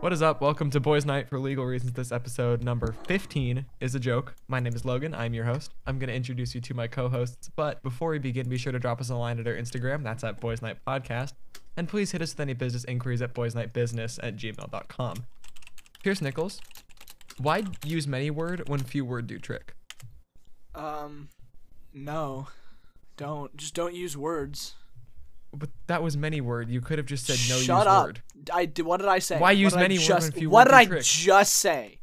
What is up? Welcome to Boys Night for Legal Reasons. This episode number 15 is a joke. My name is Logan. I'm your host. I'm going to introduce you to my co hosts, but before we begin, be sure to drop us a line at our Instagram. That's at Boys Night Podcast. And please hit us with any business inquiries at boysnightbusiness at gmail.com. Pierce Nichols, why use many word when few word do trick? Um, no, don't just don't use words. But that was many word. You could have just said no Shut use up. word. I did. What did I say? Why What use did I many word just, when few What word did do I trick? just say?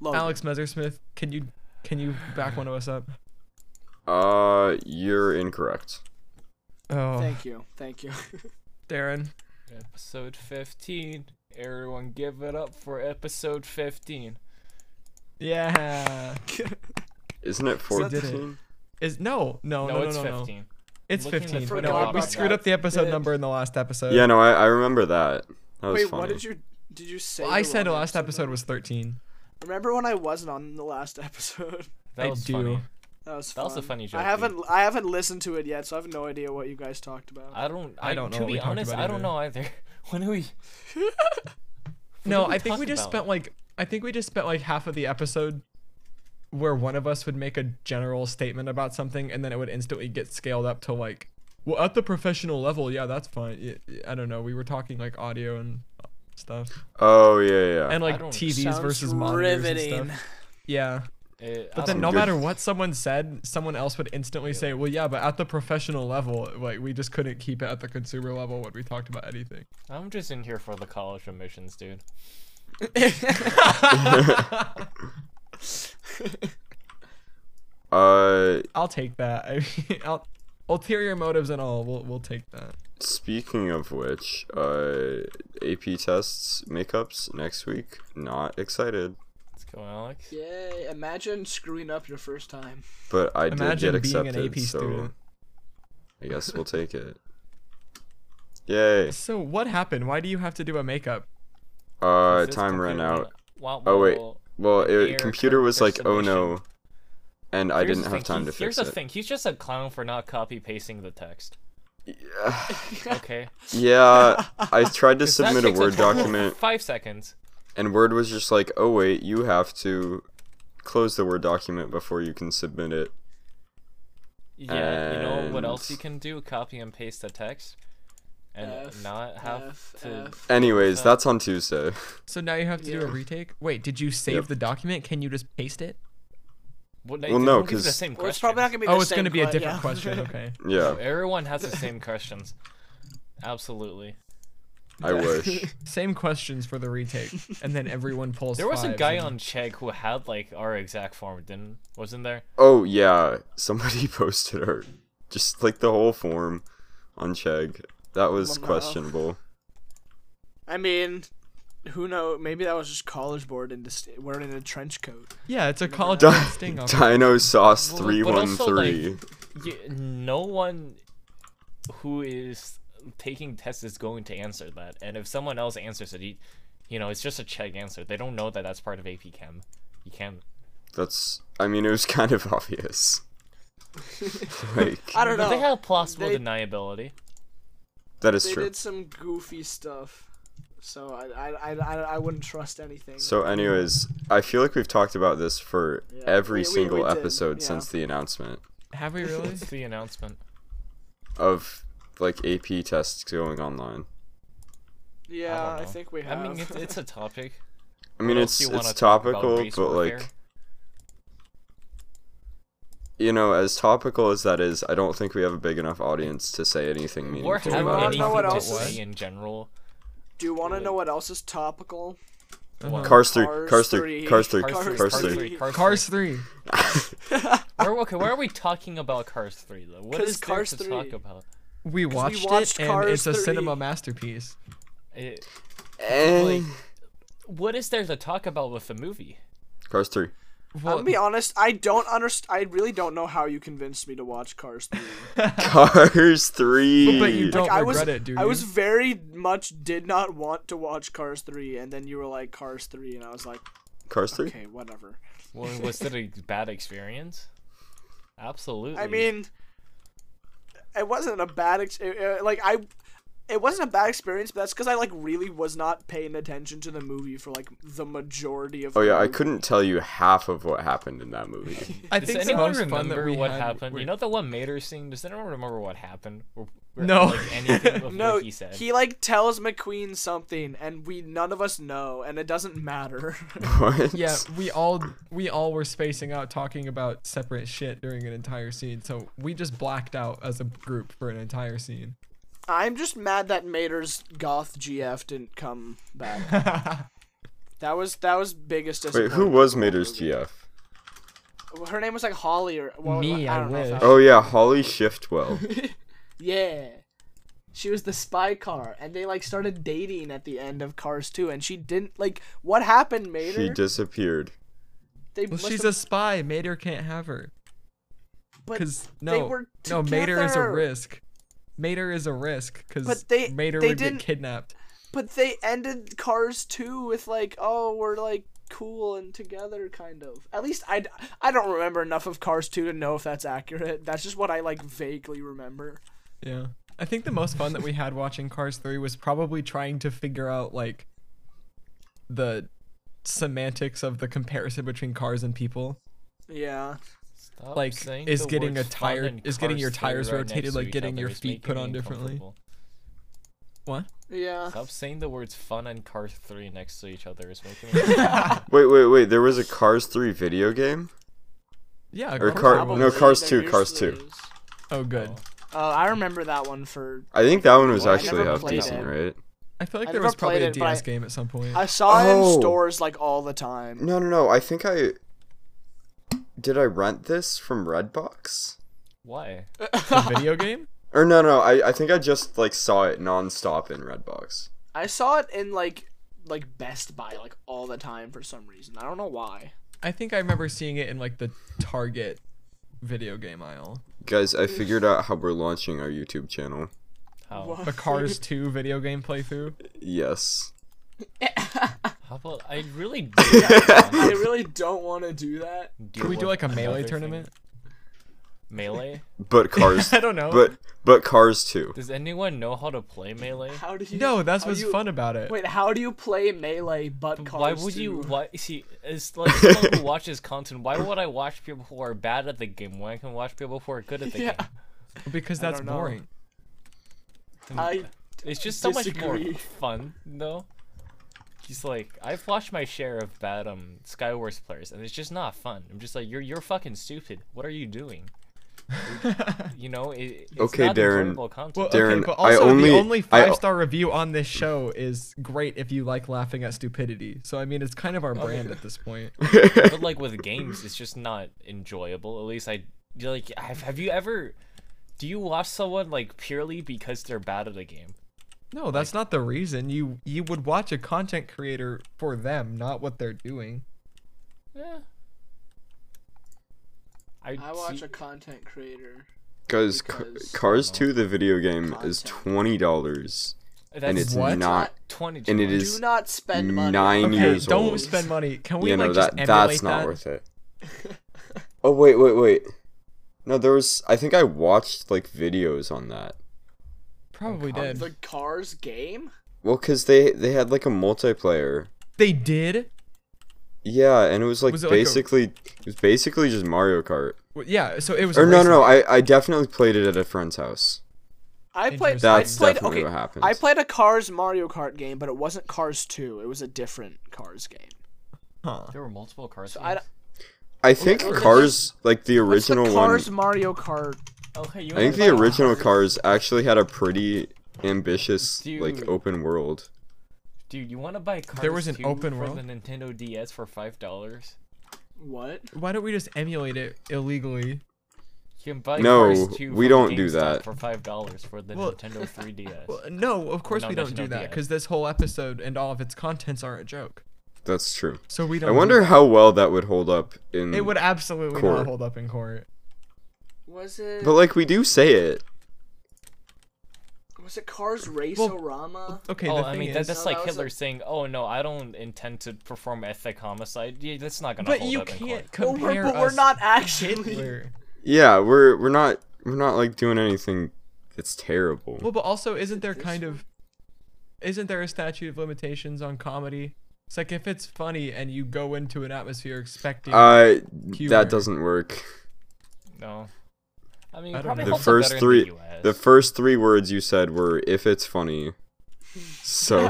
Logan, Alex Mezersmith, can you can you back one of us up? Uh, you're incorrect. Oh, thank you, thank you. Darren. Episode 15. Everyone give it up for episode 15. Yeah. Isn't it that the- 14? Is no, no, Oh, no, No, no, it's no, no. 15. It's Looking at the 15. front No, log we about screwed that. up the episode Bitch. number in the last episode. Yeah, no, I, I remember that. That was Wait, funny. what did you? Did you say? Well, I the said the wrong last episode was 13. Remember when I wasn't on the last episode? That I was do. funny. That was. That was a fun. funny joke, I dude. haven't. I haven't listened to it yet, so I have no idea what you guys talked about. I don't. I I, don't know To what we be talked honest, about I either. don't know either. When do we? No, did we I think talk we just about? spent like I think we just spent like half of the episode where one of us would make a general statement about something and then it would instantly get scaled up to like well at the professional level, yeah, that's fine. Y- y- I don't know. We were talking like audio and stuff Oh yeah, yeah. and like don't- TVs Sounds versus monitors and riveting. stuff. Yeah. Uh, But then, Some no good- matter what someone said, someone else would instantly say, "Well, yeah, but at the professional level, like we just couldn't keep it at the consumer level when we talked about anything." I'm just in here for the college admissions, dude. uh, I'll take that. I mean, I'll, ulterior motives and all, we'll we'll take that. speaking of which, uh, AP tests makeups next week. Not excited, Let's go, Alex. Yay! Imagine screwing up your first time. but I did Imagine get being accepted, an AP so student. I guess we'll take it. Yay! So what happened? Why do you have to do a makeup? Uh, This time ran computer out. Wow, Oh wait. well, Well, Error it, computer code was for like, oh submission." no, and I here's didn't the have thing, time he- to Here's fix the it. thing. He's just a clown for not copy pasting the text. Okay. Yeah, I tried to That submit a takes Word total of document Five seconds. and Word was just like, "Oh wait, you have to close the Word document before you can submit it." Yeah, you know what else you And- can do? Copy and paste the text, and F, not have F, to. F. Anyways, Uh, that's on Tuesday. So now you have to do a Yeah. retake. Wait, did you save Yep. the document? Can you just paste it? Well, Well, no, because the 'cause- same Well, it's question. probably not gonna be. oh, the it's same gonna be a que- different yeah. question. Okay. Yeah, Everyone has the same questions. Absolutely. I wish. Same questions for the retake, and then everyone pulls. There was a fives guy and- on Chegg who had like our exact form, didn't? Wasn't there? Oh yeah, somebody posted our just like the whole form on Chegg. That was Lmao. questionable. I mean, who know? Maybe that was just college board and just wearing a trench coat. Yeah, it's a college Di- sting. operation. Dino Sauce Well, three but one also, three. You, no one who is taking tests is going to answer that. And if someone else answers it, you, you know, it's just a Chegg answer. They don't know that that's part of AP Chem. You can't. That's. I mean, it was kind of obvious. like I don't But know. they have plausible They- deniability. that is They true. did some goofy stuff, so I I, I, I, I wouldn't trust anything. So, anyways, I feel like we've talked about this for Yeah, we- every we- single we did, episode yeah. since the announcement Have we really? It's the announcement. of like AP tests going online. yeah, don't Uh, I, know. think we I have. mean, it's, it's a topic. I mean, What else it's do you wanna it's talk about? topical, Race but like warfare? you know, as topical as that is, I don't think we have a big enough audience to say anything Or meaningful. have wanna about any- it. anything know what to else is- say in general. Do you want to know what else is topical? Uh-huh. Cars three, cars Cars three, three. cars three, Cars three, cars three. Cars Cars three. three. Where, okay, why are we talking about Cars three though? What 'Cause is there Cars to 3. talk about? We watched, watched it, and it's Cars a 3. cinema masterpiece. It, Eh, Like- what is there to talk about with the movie? Cars three. Well, I'll be honest. I don't understand. I really don't know how you convinced me to watch Cars 3. Cars three. but you don't I regret was, it, do you? I was very much did not want to watch Cars 3, and then you were like Cars 3, and I was like, Cars three. okay, whatever. Well, was it a bad experience? Absolutely. I mean, it wasn't a bad ex- it- it- like I it wasn't a bad experience, but that's because I like really was not paying attention to the movie for like the majority of. Oh the yeah, I movie. couldn't tell you half of what happened in that movie. I Does think the anyone most fun that remember we what had- happened? we- You know the one Mater scene. Does anyone remember what happened? Or, or, No. Like anything of No, what he said. like tells McQueen something, and we none of us know, and it doesn't matter. what? Yeah, we all we all were spacing out talking about separate shit during an entire scene. So we just blacked out as a group for an entire scene. I'm just mad that Mater's goth GF didn't come back. That was that was biggest Wait, disappointment. who was Mater's GF? Well, Her name was like Holly or well, Me, I I don't know. if wish. that- Oh yeah, Holly Shiftwell. Yeah. She was the spy car, and they like started dating at the end of Cars 2, and she didn't like. What happened, Mater? she disappeared. They well, must she's a have- spy. Mater can't have her but because no, they were no, Mater is a together. risk. Mater is a risk because But they- Mater they would didn't- get kidnapped. But they ended Cars 2 with like, oh, we're like cool and together, kind of. At least I I don't remember enough of Cars 2 to know if that's accurate. That's just what I like vaguely remember. Yeah. I think the most fun that we had watching Cars 3 was probably trying to figure out like the semantics of the comparison between cars and people. Yeah. Stop like, saying is the getting words a fun tire- and is getting your cars three tires right next rotated, to like each getting other your is feet making put me on differently. uncomfortable. What? Yeah. Stop saying the words fun and cars three next to each other is making me. Wait, wait, wait. There was a Cars 3 video game? Yeah, Or Cars car- three was- no, Cars 2, there Cars usually 2. is. Oh good. Oh, I remember that one for. I think that one was Well, I actually never half played decent, it. right? I feel like I there never was probably played a it, but I- DS game at some point. I saw it Oh. in stores like all the time. No, no, no. I think I did. I rent this from Redbox. Why? The video game? Or no, no. I, I think I just like saw it nonstop in Redbox. I saw it in like like Best Buy like all the time for some reason. I don't know why. I think I remember seeing it in like the Target video game aisle. Guys, I figured out how we're launching our YouTube channel. How? Why? A Cars 2 video game playthrough. Yes. How about I really do that I one. really don't want to do that. Do Can we do like with a melee another tournament? thing. Melee? But Cars. I don't know. But but Cars 2. Does anyone know how to play melee? How do you? no, that's how what's do you- fun about it. Wait, how do you play melee but cars? Why would you? two? Why see? It's like someone who watches content. Why would I watch people who are bad at the game when I can watch people who are good at the Yeah. game? because that's don't know. boring. I It's just so much Disagree. more fun, though. Just like I've watched my share of bad um Skywars players, and it's just not fun. I'm just like you're you're fucking stupid. What are you doing? you know, it, it's Okay, not Darren. enjoyable content. Well, okay, Darren, but I also only- the only I- five star review on this show is great if you like laughing at stupidity. So I mean, it's kind of our brand at this point. but like with games, it's just not enjoyable. At least I you're like. Have, have you ever? Do you watch someone like purely because they're bad at a game? No, that's not the reason. You you would watch a content creator for them, not what they're doing. Yeah. I, I watch see- a content creator. Guys, Ca- Because- Cars 2 the video game is Content. twenty dollars, that's and it's What? not. twenty. And it dollars. is Do not spend money. nine Okay, years don't old. spend money. Can we you like know just that emulate that's that? not worth it. oh wait, wait, wait. No, there was. I think I watched like videos on that. Probably Con- did. The Cars game? Well, cause they they had like a multiplayer. they did. Yeah, and it was like Was it like a- basically it was basically just Mario Kart. Well, yeah. So it was. Or no, racing. no, no. I I definitely played it at a friend's house. I played. That's I played, definitely okay, what happens. I played a Cars Mario Kart game, but it wasn't Cars 2. It was a different Cars game. Huh. There were multiple cars. I games? I think that's- Cars like the What's the original Cars one. Mario Kart. okay, you I think wanna the buy a original car- Cars actually had a pretty ambitious like Dude. open world. Dude, you want to buy cars? was an 2 open for world? the Nintendo DS for five dollars. What? Why don't we just emulate it illegally? You can buy No, Cars 2 we from don't do GameStop that. for five dollars for the Well- Nintendo 3DS. Well, no, of course no, we that's don't do not that the- because this whole episode and all of its contents are a joke. That's true. So we don't. I do wonder that. how well that would hold up in. It would absolutely not Court. hold up in court. Was it? But like we do say it. was it Cars Race Well- Orama? Okay. oh, the I thing mean is, that, that's No, like that was Hitler a- saying, "Oh no, I don't intend to perform ethnic homicide." Yeah, that's not gonna but hold you up in court. can't Well, compare we're, but we're us not to actually. Hitler. Yeah, we're we're not we're not like doing anything It's terrible. Well, but also isn't there kind of isn't there a statute of limitations on comedy? It's like if it's funny and you go into an atmosphere expecting Uh, Humor. that doesn't work. No. I mean, I it don't know. probably The holds holds first up better three, in the US. the first three words you said were "if it's funny." So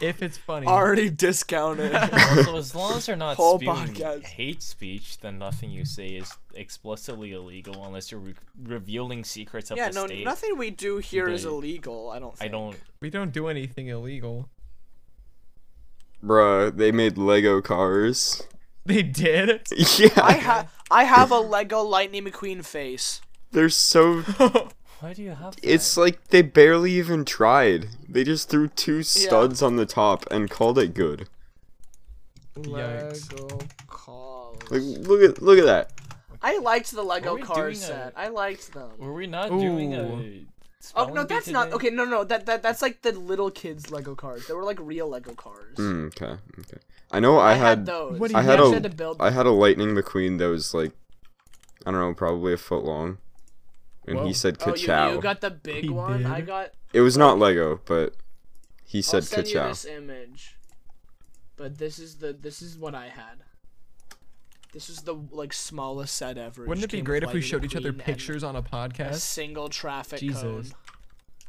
if it's funny. Already discounted. also, as long as you're not Whole spewing podcast. hate speech, then nothing you say is explicitly illegal unless you're re- revealing secrets of yeah, the no, state. nothing we do here is They- illegal. I don't. I Think. don't. we don't do anything illegal. Bruh, they made Lego cars. They did. Yeah, I have. I have a Lego Lightning McQueen face. they're so. Why do you have? That? It's like they barely even tried. They just threw two studs on the top and called it good. Yikes. Lego cars. Like, look at look at that. I liked the Lego Were we car doing a- set. I liked them. Were we not Ooh. doing a? Oh spelling no, bee that's not today? okay. No, no, that, that that's like the little kids Lego cars. They were like real Lego cars. Mm, okay, okay. I know I, I had, had those. What do I you had Yeah, have? I a she had to build. I had a Lightning McQueen that was like, I don't know, probably a foot long, and Whoa. he said oh, "ka-chow." you, you got the big He one. I did. got. It was not Lego, but he I'll said send you "ka-chow." this image. But this is the this is what I had. This is the like smallest set ever. It Wouldn't it just be came great with if we Lightning showed each other McQueen and pictures on a A podcast? single traffic Jesus. cone.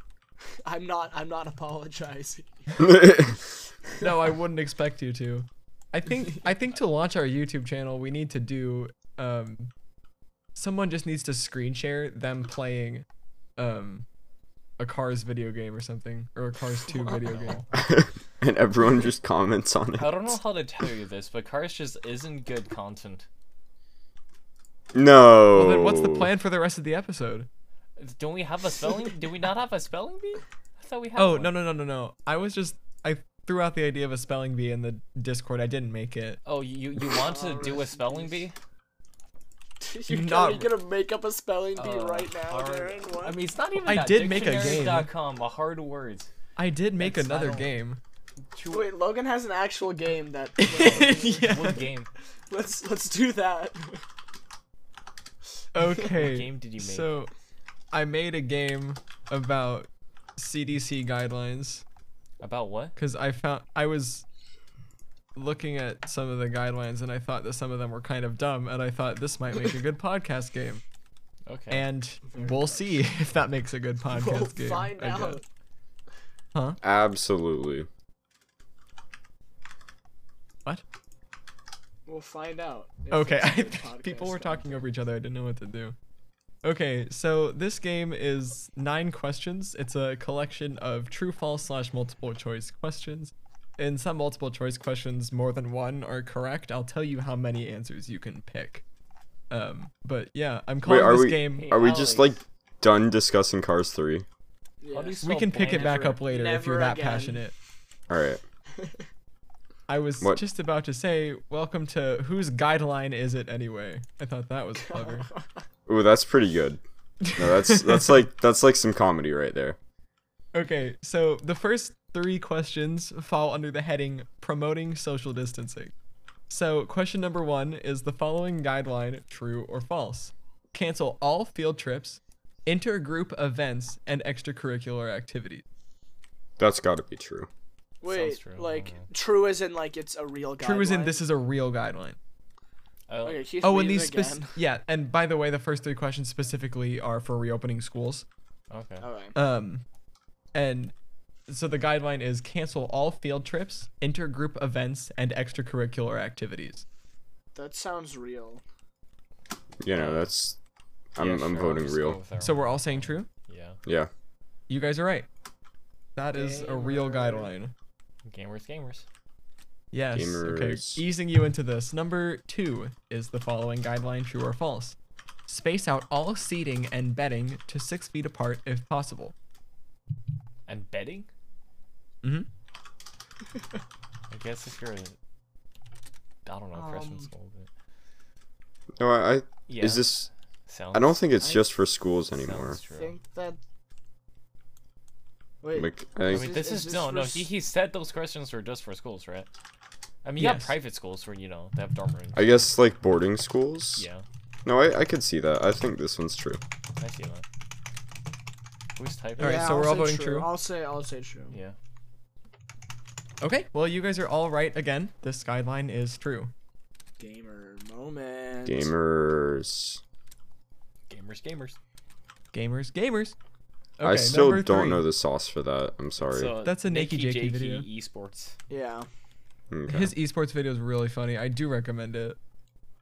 I'm not. I'm not apologizing. No, I wouldn't expect you to. I think I think to launch our YouTube channel, we need to do um someone just needs to screen share them playing um a Cars video game or something or a Cars 2 video game. and everyone just comments on it. I don't know how to tell you this, but Cars just isn't good content. No. Well, then what's the plan for the rest of the episode? Don't we have a spelling? Do we not have a spelling bee? I thought we had. Oh, one. no no no no no. I was just I threw out the idea of a spelling bee in the Discord. I didn't make it. Oh, you you want to Oh, do a rest in spelling bee? peace. You're Not- gonna, you're gonna make up a spelling bee Uh, right now, hard- Darren. What? I mean, it's not even. I that. did make a game. Dictionary.com, a hard word. I did make That's- I another don't- game. True- Wait, Logan has an actual game that. yeah. What game? let's let's do that. Okay. What game did you make? So, I made a game about CDC guidelines About what? because I found I was looking at some of the guidelines and I thought that some of them were kind of dumb and I thought this might make a good podcast game Okay. and we'll see if that makes a good podcast We'll game. find I out. guess. Absolutely. What? We'll find out. if Okay, I, it's a good podcast people were then. talking over each other. I didn't know what to do. Okay, so this game is nine questions. It's a collection of true, false, slash multiple choice questions. In some multiple choice questions, more than one are correct. I'll tell you how many answers you can pick. Um, but yeah, I'm calling are this we- game. Are we just like Alex. done discussing Cars 3? Yeah. How do you We spell can pick it bland? back up later if you're Never that again. passionate. All right. I was What? just about to say, welcome to whose guideline is it anyway? I thought that was clever. Ooh, that's pretty good. No, that's that's like that's like some comedy right there. Okay, so the first three questions fall under the heading promoting social distancing. So, question number one is the following guideline true or false? Cancel all field trips, intergroup events, and extracurricular activities. That's got to be true. Wait, true, I like don't know. true as in like it's a real guy. True is in this is a real guideline. Oh, Okay, he's Oh, and these again. spec- yeah, and by the way, the first three questions specifically are for reopening schools. Oh, okay. Okay. Um, and so the guideline is cancel all field trips, intergroup events, and extracurricular activities. That sounds real. You know, that's I'm Yeah, I'm sure, I'll voting just go real. with that So one. we're all saying true? yeah. Yeah. You guys are right. That is a real Gamer. guideline. Gamers, gamers. Yes. Gamers. Okay. Easing you into this. Number two is the following guideline true or false. Space out all seating and bedding to six feet apart if possible. And betting? Mm-hmm. I guess if you're a. I don't know, Christian Um, school. But... No, I, I Yeah. is this Sounds, I don't think it's I- just for schools sounds anymore. I true. think that. Wait. Like I I mean, think this is is, this no, for no. s- He, he said those questions were just for schools, right? I mean, you have Yes. private schools where you know they have dorm rooms. I guess like boarding schools. Yeah, No, I I could see that. I think this one's true. I see that. Who's typing? All right, so we're I'll all say voting true. I'll say I'll say true. Yeah. Okay, well, you guys are all right again. This guideline is true. Gamer moment. Gamers. Gamers, gamers. Gamers, gamers. Okay, I still number don't three. know the sauce for that. I'm sorry. So, That's a Nakey Nakey Jakey video. Esports. Yeah. Okay. His esports video is really funny. I do recommend it.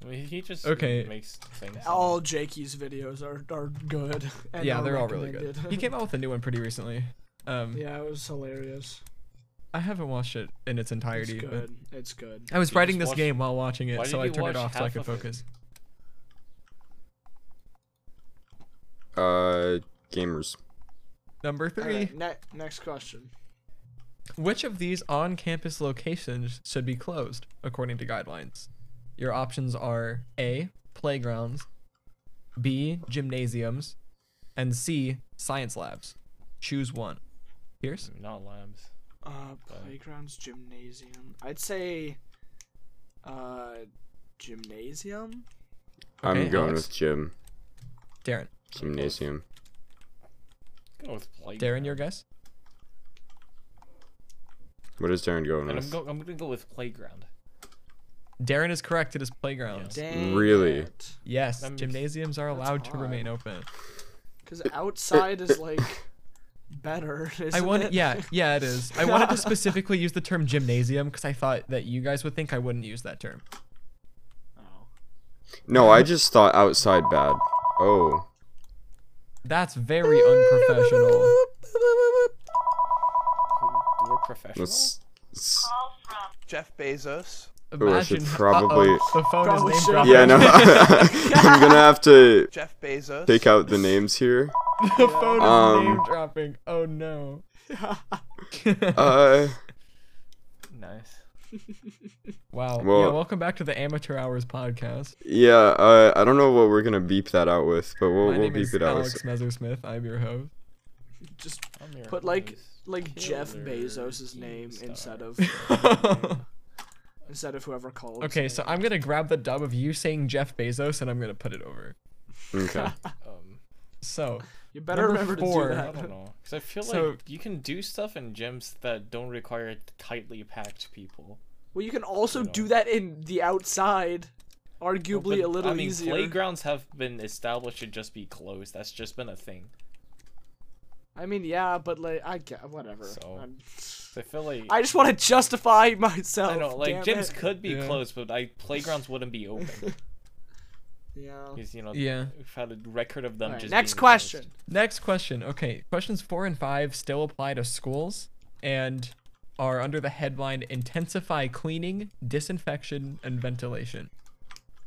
I mean, he just Okay. makes things. All Jakey's videos are, are good. And yeah, are they're all really good. recommended. He came out with a new one pretty recently. Um, yeah, it was hilarious. I haven't watched it in its It's entirety. but good. It's good. I was Did you writing just this watch- game while watching Why it, so did I you turned watch it off so I half could of it? focus. Uh, gamers. Number three. Alright, ne- next question. Which of these on campus locations should be closed according to guidelines? Your options are A, playgrounds, B, gymnasiums, and C, science labs. Choose one. Pierce? Not labs. Uh, playgrounds, gymnasium. I'd say, uh, gymnasium. Okay, I'm going Alex. with gym. Darren. Gymnasium. Go with play. Darren, your guess? What is Darren going And I'm, with? go- I'm gonna go with playground. Darren is correct. It is playgrounds. Dang Really? Yes, That makes- gymnasiums are that's allowed to odd. remain open. Because outside is like better. Isn't I it? wanted, yeah, yeah, it is. I wanted to specifically use the term gymnasium because I thought that you guys would think I wouldn't use that term. Oh. No, I just thought outside bad. Oh. That's very unprofessional. Who- We're professional. Let's. s- Jeff Bezos. Oh, I should Imagine- probably- uh-oh, the phone Probably is name should. dropped. Yeah, no. I'm gonna have to Jeff Bezos. take out the names here. the phone is Um, name dropping. Oh no. Uh, Nice. wow. yeah, well- welcome back to the Amateur Hours podcast. yeah. Uh, I don't know what we're gonna beep that out with, but we'll, My we'll name beep is it out. Alex with- Methersmith. I'm your host. Just I'm your put like host. like Jeff Killer Bezos' name Keemstar. instead of instead of whoever called. okay, so I'm gonna grab the dub of you saying Jeff Bezos and I'm gonna put it over. Okay. Um, So you better number remember four. to do I that. don't know. Because I feel So- like you can do stuff in gyms that don't require tightly packed people. Well, you can also do that in the outside, arguably a But, little I mean, easier. playgrounds have been established to just be closed. That's just been a thing. I mean, yeah, but like I get whatever. So- I'm- So I feel like I just want to justify myself. I know, like damn gyms it. could be Yeah. closed, but I playgrounds wouldn't be open Yeah. because you know Yeah. we've had a record of them. Alright, just next being closed. question. next question. Okay, questions four and five still apply to schools and are under the headline intensify cleaning, disinfection, and ventilation.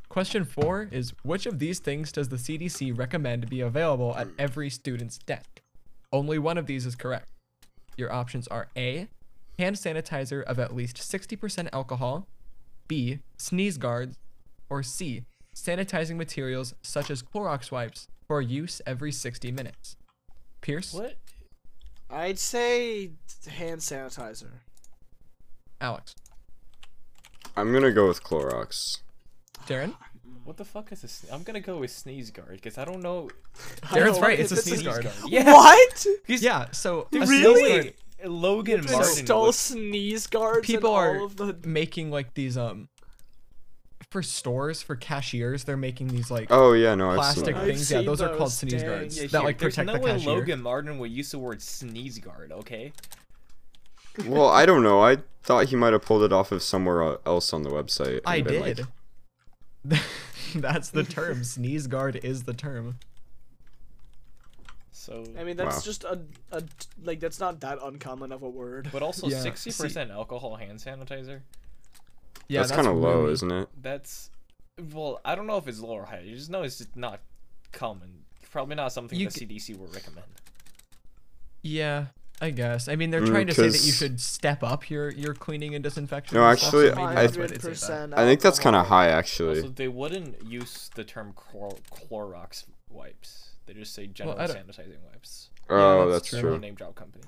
Question four is which of these things does the CDC recommend be available at every student's desk? Only one of these is correct. Your options are A, hand sanitizer of at least 60% alcohol, B, sneeze guards, or C, sanitizing materials such as Clorox wipes for use every 60 minutes. Pierce, What? I'd say hand sanitizer. Alex, I'm gonna go with Clorox. Darren. What the fuck is this? I'm gonna go with sneeze guard because I don't know. Darren's know, right. what It's a if it's a sneeze guard. Yeah. What? Yeah. So a sneeze Really? guard- Logan Just Martin. Install was- sneeze guards. people in all are Of the... making like these um for stores for cashiers. They're making these like Oh yeah, no, I've seen plastic that. I've things. Yeah, seen those, are called those, sneeze dang. guards Yeah, that here, like there's protect no the way cashier. Logan Martin would use the word sneeze guard. Okay. Well, I don't know. I thought he might have pulled it off of somewhere el- else on the website. and I been like- did. That's the term. sneeze guard is the term. So. I mean, that's Wow. just a, a like that's not that uncommon of a word. but also Yeah, sixty percent alcohol hand sanitizer. Yeah, that's kind of low, really- isn't it? That's. Well, I don't know if it's low or high. You just know it's just not common. Probably not something You the c- CDC would recommend. Yeah, I guess. I mean, they're Mm, trying to say that you 'cause- should step up your your cleaning and disinfection. No, and stuff, so actually, maybe I- that's why they'd say that. 100% I think that's kind of alcohol. high, actually. Also, they wouldn't use the term chlor- Clorox wipes. They just say general I don't- sanitizing wipes. oh, that's that's, true. true. Don't Name drop companies.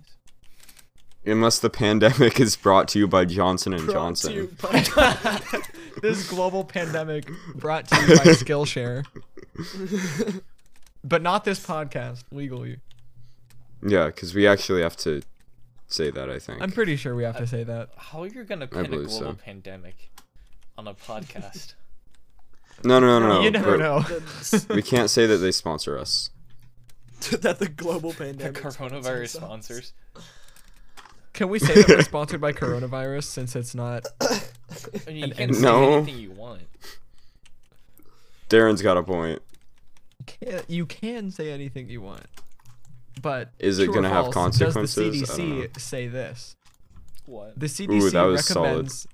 Unless the pandemic is brought to you by Johnson and Brought to Johnson. you by- this global pandemic brought to you by Skillshare. but not this podcast, legally. Yeah, because we actually have to say that, I think. I'm pretty sure we have to say that. How you're gonna pin a believe global so. pandemic on a podcast? no, no, no, no. you never but know. We can't say that they sponsor us. that the global the pandemic. coronavirus sponsors. Can we say that we're sponsored by coronavirus since it's not? I mean, you can say No. anything you want. Darren's got a point. Can, you can say anything you want, but Is it true or gonna have false, consequences? I Does the don't know. CDC say this? What? The CDC that was solid. recommends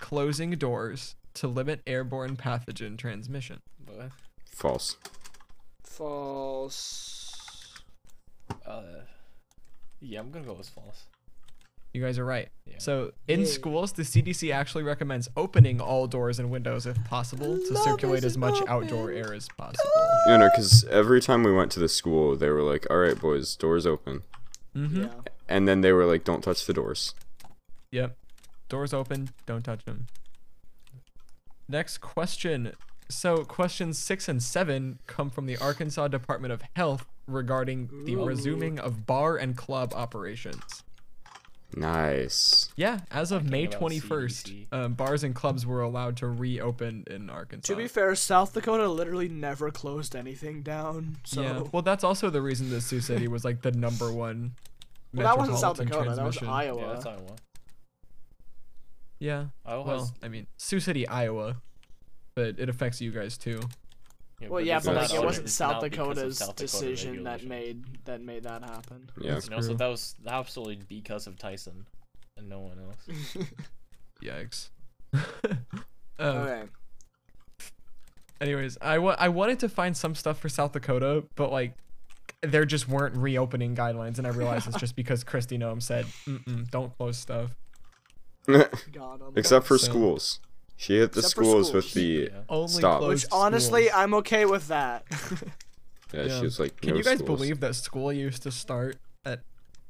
closing doors to limit airborne pathogen transmission. But, False. False. uh, yeah, I'm gonna go with false. You guys are right. Yeah. So in Yay. schools, the CDC actually recommends opening all doors and windows if possible to Love circulate is as much open. Ah. outdoor air as possible. You know, because every time we went to the school, they were like, all right, boys, doors open. Mm-hmm. Yeah. And then they were like, don't touch the doors. Yep. Doors open, don't touch them. Next question. So, questions six and seven come from the Arkansas Department of Health regarding the resuming of bar and club operations. Nice. Yeah, as of May about 21st, CDC. um, bars and clubs were allowed to reopen in Arkansas. To be fair, South Dakota literally never closed anything down. So yeah. Well, that's also the reason that Sioux City was like the number one. Well, that wasn't South metropolitan Dakota. That was transmission. Iowa. Yeah, that's Iowa. Yeah. Iowa Well, has- I mean, Sioux City, Iowa, but it affects you guys too. well, yeah, but not like it under- wasn't it's not South because of Dakota's South Dakota decision that regulations. made that made that happen. Yeah. You know, so True. that was absolutely because of Tyson and no one else. Yikes. um, okay. Anyways, I wa- I wanted to find some stuff for South Dakota, but like, there just weren't reopening guidelines, and I realized it's just because Christy Noam said, Mm-mm, "Don't close stuff." God. I'm- Except for So- schools. She hit the Except for schools, with schools. the Yeah. Only Stop. close Which honestly, schools. I'm okay with that. yeah, Yeah. She was like, can no you guys schools. believe that school used to start at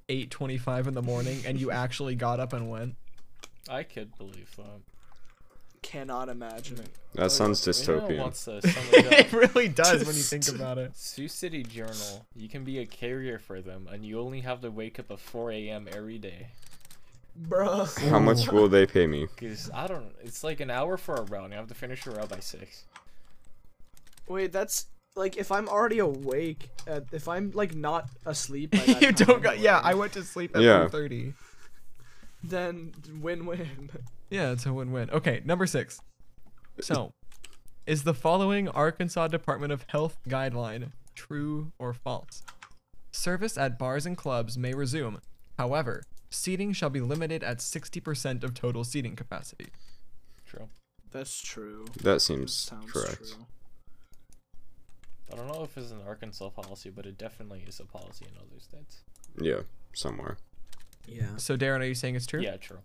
8:25 in the morning, and you actually got up and went? I could believe um, that. Cannot imagine. That sounds dystopian. Wants to sum it it up. really does when you think about it. Sioux City Journal. You can be a carrier for them, and you only have to wake up at 4 a.m. every day. Bruh. How much will they pay me? Cause I don't. It's like an hour for a route, and you have to finish your route by six. Wait, that's like if I'm already awake, uh, if I'm like not asleep by that you time, don't got. Yeah, I went to sleep at Yeah. 4:30. then win-win. Yeah, it's a win-win. Okay, number six. So, is the following Arkansas Department of Health guideline true or false? Service at bars and clubs may resume. However, seating shall be limited at 60% of total seating capacity. True. That's true. That seems Sounds correct. true. I don't know if it's an Arkansas policy, but it definitely is a policy in other states. Yeah, somewhere. Yeah. So, Darren, are you saying it's true? Yeah, true.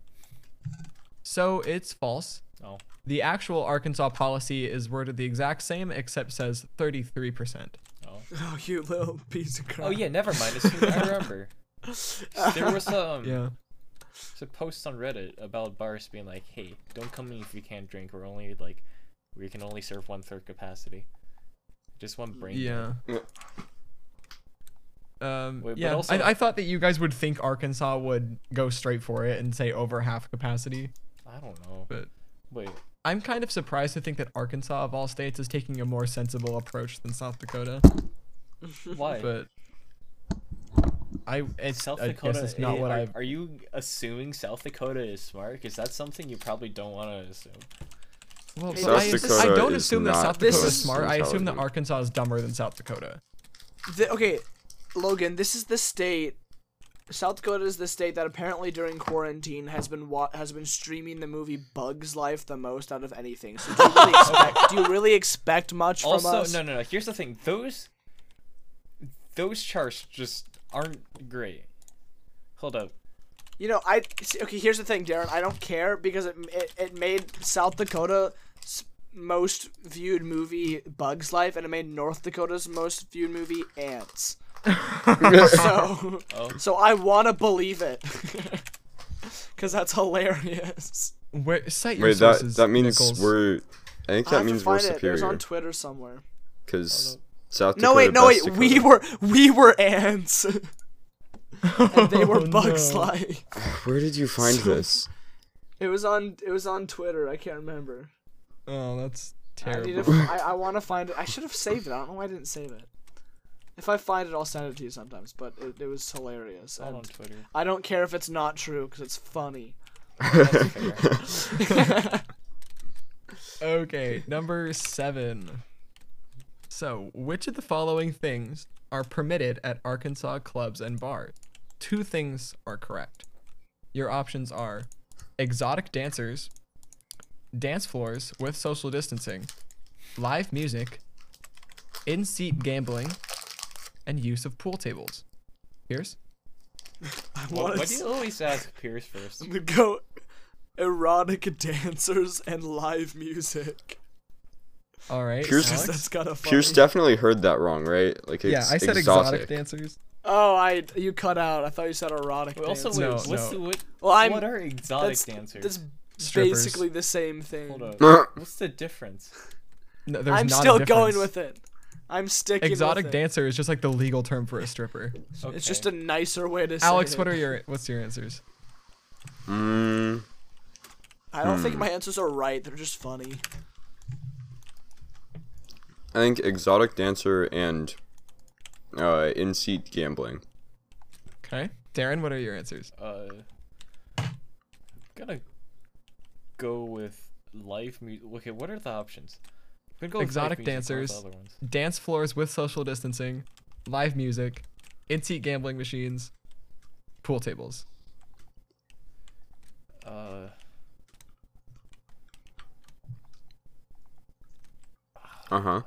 So, it's false. Oh, The actual Arkansas policy is worded the exact same, except says 33%. oh. Oh, you little piece of crap. Oh yeah, never mind. It's, I remember. There was um, Yeah. there's a post on Reddit about bars being like, "Hey, don't come in if you can't drink. We're only like, we can only serve one third capacity. Just one brain. Yeah. Yeah. Um, Wait, but yeah, also- I, I thought that you guys would think Arkansas would go straight for it and say over half capacity, I don't know. but Wait, I'm kind of surprised to think that Arkansas, of all states, is taking a more sensible approach than South Dakota. why? But I, it's South I Dakota guess it's not i- what are, I've. are you assuming South Dakota is smart? Because that's something you probably don't want to assume. Well, Hey, but I, South assume- I Dakota don't is assume that not South this Dakota is is smart. I assume that intelligent. Arkansas is dumber than South Dakota. The- okay, Logan, this is the state. South Dakota is the state that apparently during quarantine has been wa- has been streaming the movie Bugs Life the most out of anything. So do you really expect, do you really expect much from Also, us? no, no, no. Here's the thing: those those charts just aren't great. Hold up. You know, I see, okay. Here's the thing, Darren. I don't care because it it, it made South Dakota's most viewed movie Bugs Life, and it made North Dakota's most viewed movie Ants. so, Oh. so I want to believe it, because that's hilarious. Where cite your Wait, that sources. that means Nichols. we're. I think I that have means to we're find it. It was superior on Twitter somewhere. because South Dakota. No wait, no wait. best We Dakota. were we were ants. and they were Oh, Bugs no. like. Where did you find this? It was on it was on Twitter. I can't remember. Oh, that's I terrible. need to. f- I, want to find it. I should have saved it. I don't know why I didn't save it. If I find it, I'll send it to you sometimes. But it, it was hilarious. Not and on Twitter. I don't care if it's not true because it's funny. Okay, number seven. So, which of the following things are permitted at Arkansas clubs and bars? Two things are correct. Your options are exotic dancers, dance floors with social distancing, live music, in seat gambling, and use of pool tables. Here's I Why want do you always ask Pierce first? to go erotic dancers and live music. all right. Here's- Alex? That's kind of funny. Pierce definitely heard that wrong, right? Like, yeah, ex- I said exotic, dancers. oh, I you cut out. I thought you said erotic. Well, also, dancers. No, wait, what's no. the what? Well, I'm- what are exotic that's, dancers? That's Strippers. basically the same thing. Hold up. What's the difference? No, there's I'm not a still going difference. with it. I'm sticking. Exotic with it. dancer is just like the legal term for a stripper. It's just a nicer way to. Alex, say what it. are your what's your answers? Mm, I don't think my answers are right. They're just funny. I think exotic dancer and uh, in seat gambling. Okay. Darren, what are your answers? Uh, gonna go with live music. Okay, what are the options? I'm gonna go with live Exotic music, what are the dancers. other ones? Dance floors with social distancing, live music, in-seat gambling machines, pool tables. Uh, Uh huh.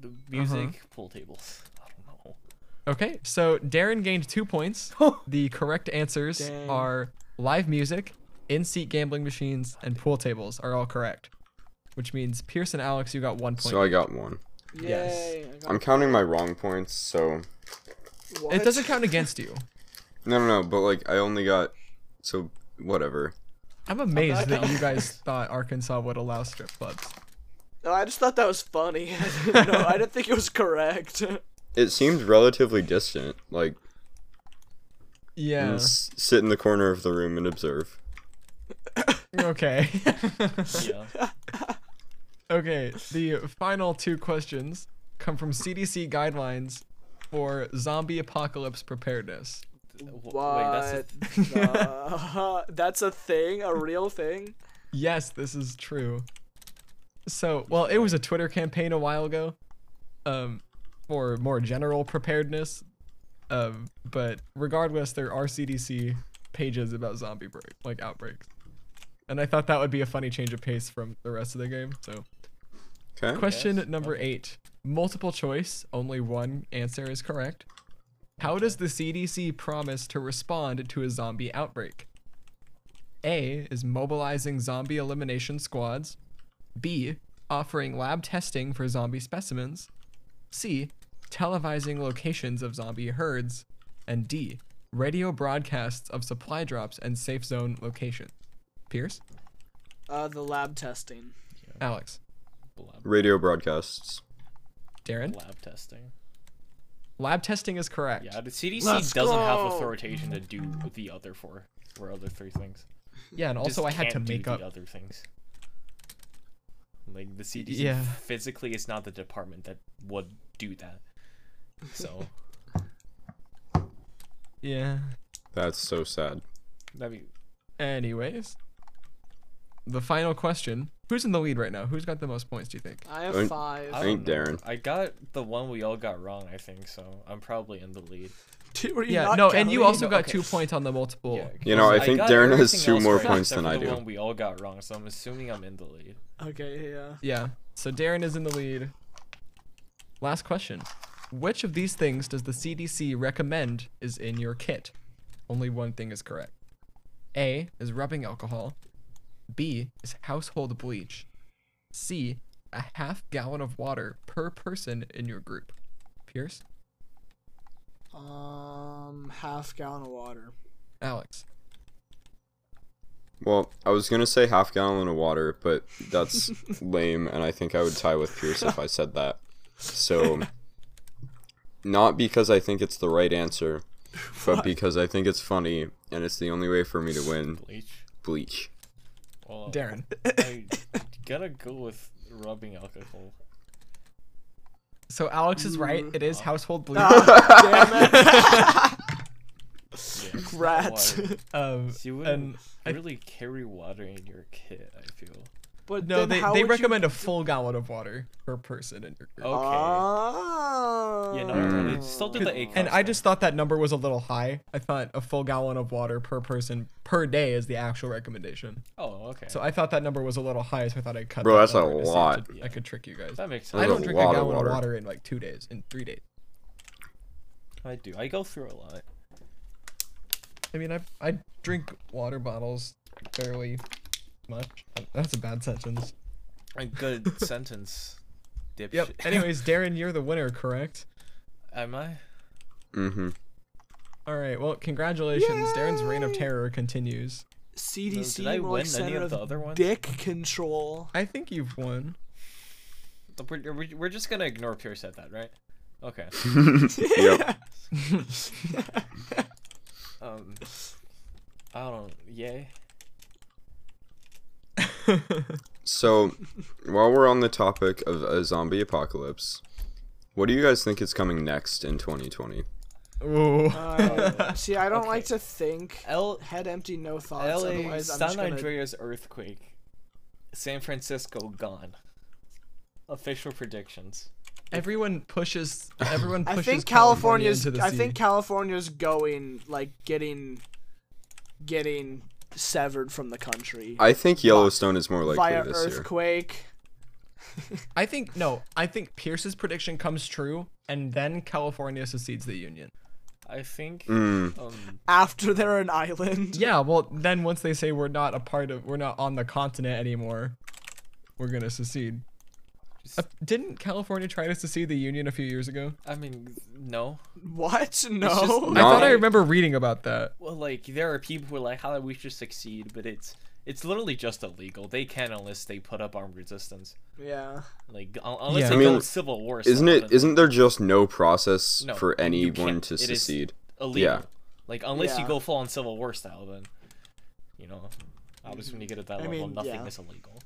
the Uh-huh. music pool tables. I don't know. Okay, so Darren gained two points. the correct answers Dang. are live music, in-seat gambling machines, and pool tables are all correct. Which means Pierce and Alex, you got one point. So I got one. Yay! Yes. I got I'm counting my wrong points, so it doesn't count against you. no, no, no. But like, I only got so whatever. I'm amazed that you guys thought Arkansas would allow strip clubs. No, I just thought that was funny. I didn't know. I didn't think it was correct. It seemed relatively distant. Like, Yeah. s- sit in the corner of the room and observe. Okay. Yeah. okay. The final two questions come from CDC guidelines for zombie apocalypse preparedness. W- Wait, that's a What? Uh, that's a thing, a real thing. Yes, this is true. So, well, it was a Twitter campaign a while ago, um, for more general preparedness. Um, but regardless, there are CDC pages about zombie break like outbreaks, and I thought that would be a funny change of pace from the rest of the game. So. Okay. Question number eight. Multiple choice, only one answer is correct. How does the CDC promise to respond to a zombie outbreak? A is mobilizing zombie elimination squads. B, offering lab testing for zombie specimens. C, televising locations of zombie herds. And D, radio broadcasts of supply drops and safe zone locations. Pierce? Uh, the lab testing. Alex? lab, Radio broadcasts. Darren? lab testing. Lab testing is correct. Yeah, the CDC Let's doesn't have go. authorization to do the other four or other three things. Yeah, and also Just I had to can't do make the up. other things. Like the CDC Yeah. physically is not the department that would do that. So Yeah. That's so sad. I mean, Anyways, the final question: Who's in the lead right now? Who's got the most points? Do you think? I have Oink. five. I I think don't know. Darren. I got the one we all got wrong. I think so. I'm probably in the lead. Dude, were you Yeah. not No, and you counting? also No, got okay. two points on the multiple. Yeah, You know, I 'cause think got Darren has everything two else more right points except than for I the do. one we all got wrong, so I'm assuming I'm in the lead. Okay, yeah. Yeah. So Darren is in the lead. Last question: Which of these things does the CDC recommend is in your kit? Only one thing is correct. A is rubbing alcohol. B is household bleach. C a half gallon of water per person in your group. Pierce, Um, half gallon of water. Alex. Well, I was gonna say half gallon of water, but that's lame, and I think I would tie with Pierce if I said that. So, not because I think it's the right answer, but because I think it's funny and it's the only way for me to win. Bleach. Bleach. Well, Darren. I gotta go with rubbing alcohol. So Alex is right. It is household bleach. Yeah, it's not Rats. water. um, So you and wouldn't I- really carry water in your kit. I feel. But no, then they, how they would you- recommend a full gallon of water per person in your group. Okay. Ah. yeah, no, Hmm. they still did the A. And I just thought that number was a little high. I thought a full gallon of water per person per day is the actual recommendation. Oh, okay. So I thought that number was a little high, so I thought I'd cut. Bro, that that's a number to see if lot. I could- I could trick you guys. that makes sense. I That's don't a drink a lot of gallon water. of water in like two days, in three days. I do. I go through a lot. I mean, I I drink water bottles fairly much. That's a bad sentence. A good sentence. Dipshit. Yep. Anyways, Darren, you're the winner, correct? Am I? Mm-hmm. All right. Well, congratulations. Darren's reign of terror continues. CDC Did I World win any Center of of the other ones? Dick Control. I think you've won. We're, we're- we're just gonna ignore Pierce at that, right? Okay. Yep. Um. I don't. Yay. So, while we're on the topic of a zombie apocalypse, what do you guys think is coming next in 2020? Ooh. Uh, see, I don't like to think. L Head empty, no thoughts. LA Otherwise, I'm San just gonna. Andreas earthquake. San Francisco gone. Official predictions. everyone pushes. Everyone I pushes. think California California's. into the I sea. think California's going like getting, getting severed from the country I think Yellowstone is more likely via this year. earthquake. I think no. I think Pierce's prediction comes true, and then California secedes the union. I think. Hmm. Um, After they're an island. Yeah. Well, then once they say we're not a part of, we're not on the continent anymore, we're gonna secede. Uh, didn't California try to secede the union a few years ago? I mean, no. What? No. I thought I No. remember reading about that. Well, like there are people who are like, "How we should succeed," but it's it's literally just illegal. They can unless they put up armed resistance. yeah. Like un- unless Yeah. they I go mean, civil war. Isn't style, it? then Isn't there just no process No, for you anyone can't. to It is- secede? illegal? yeah. Like unless Yeah. you go full on civil war style, then you know, obviously when you get at that I level, mean, nothing yeah. is illegal.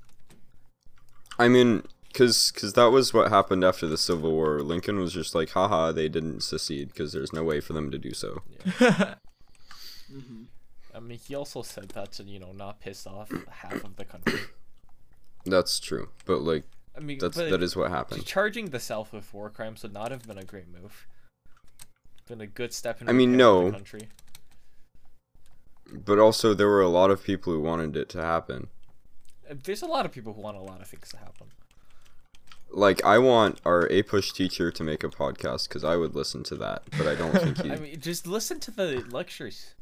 I mean, cause, 'cause that was what happened after the Civil War. Lincoln was just like, haha, they didn't secede because there's no way for them to do so. I mean, he also said that to you know not piss off half of the country. That's true, but like, I mean, that's but that is what happened. charging the South with war crimes would not have been a great move. Been a good step in. I mean, repair of the no. country. But also, there were a lot of people who wanted it to happen. Uh, There's a lot of people who want a lot of things to happen. Like, I want our A Push teacher to make a podcast because I would listen to that, but I don't think he. I mean, just listen to the lectures.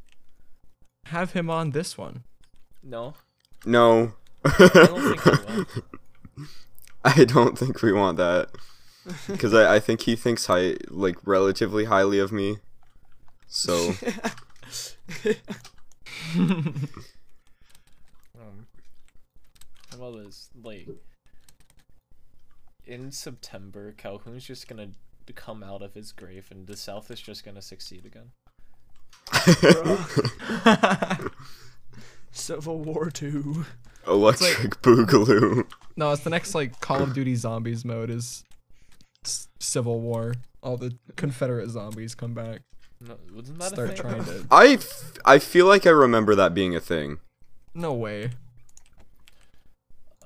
Have him on this one. No, no, I don't think I will. I don't think we want that because I, I think he thinks high, like relatively highly of me. So Um, how about this? Like, in September, Calhoun's just gonna come out of his grave, and the South is just gonna succeed again. Civil War Two. electric boogaloo. No, it's the next like Call of Duty zombies mode is s- Civil War. All the Confederate zombies come back, No, wasn't that a start thing? trying to. I, f- I feel like I remember that being a thing. No way.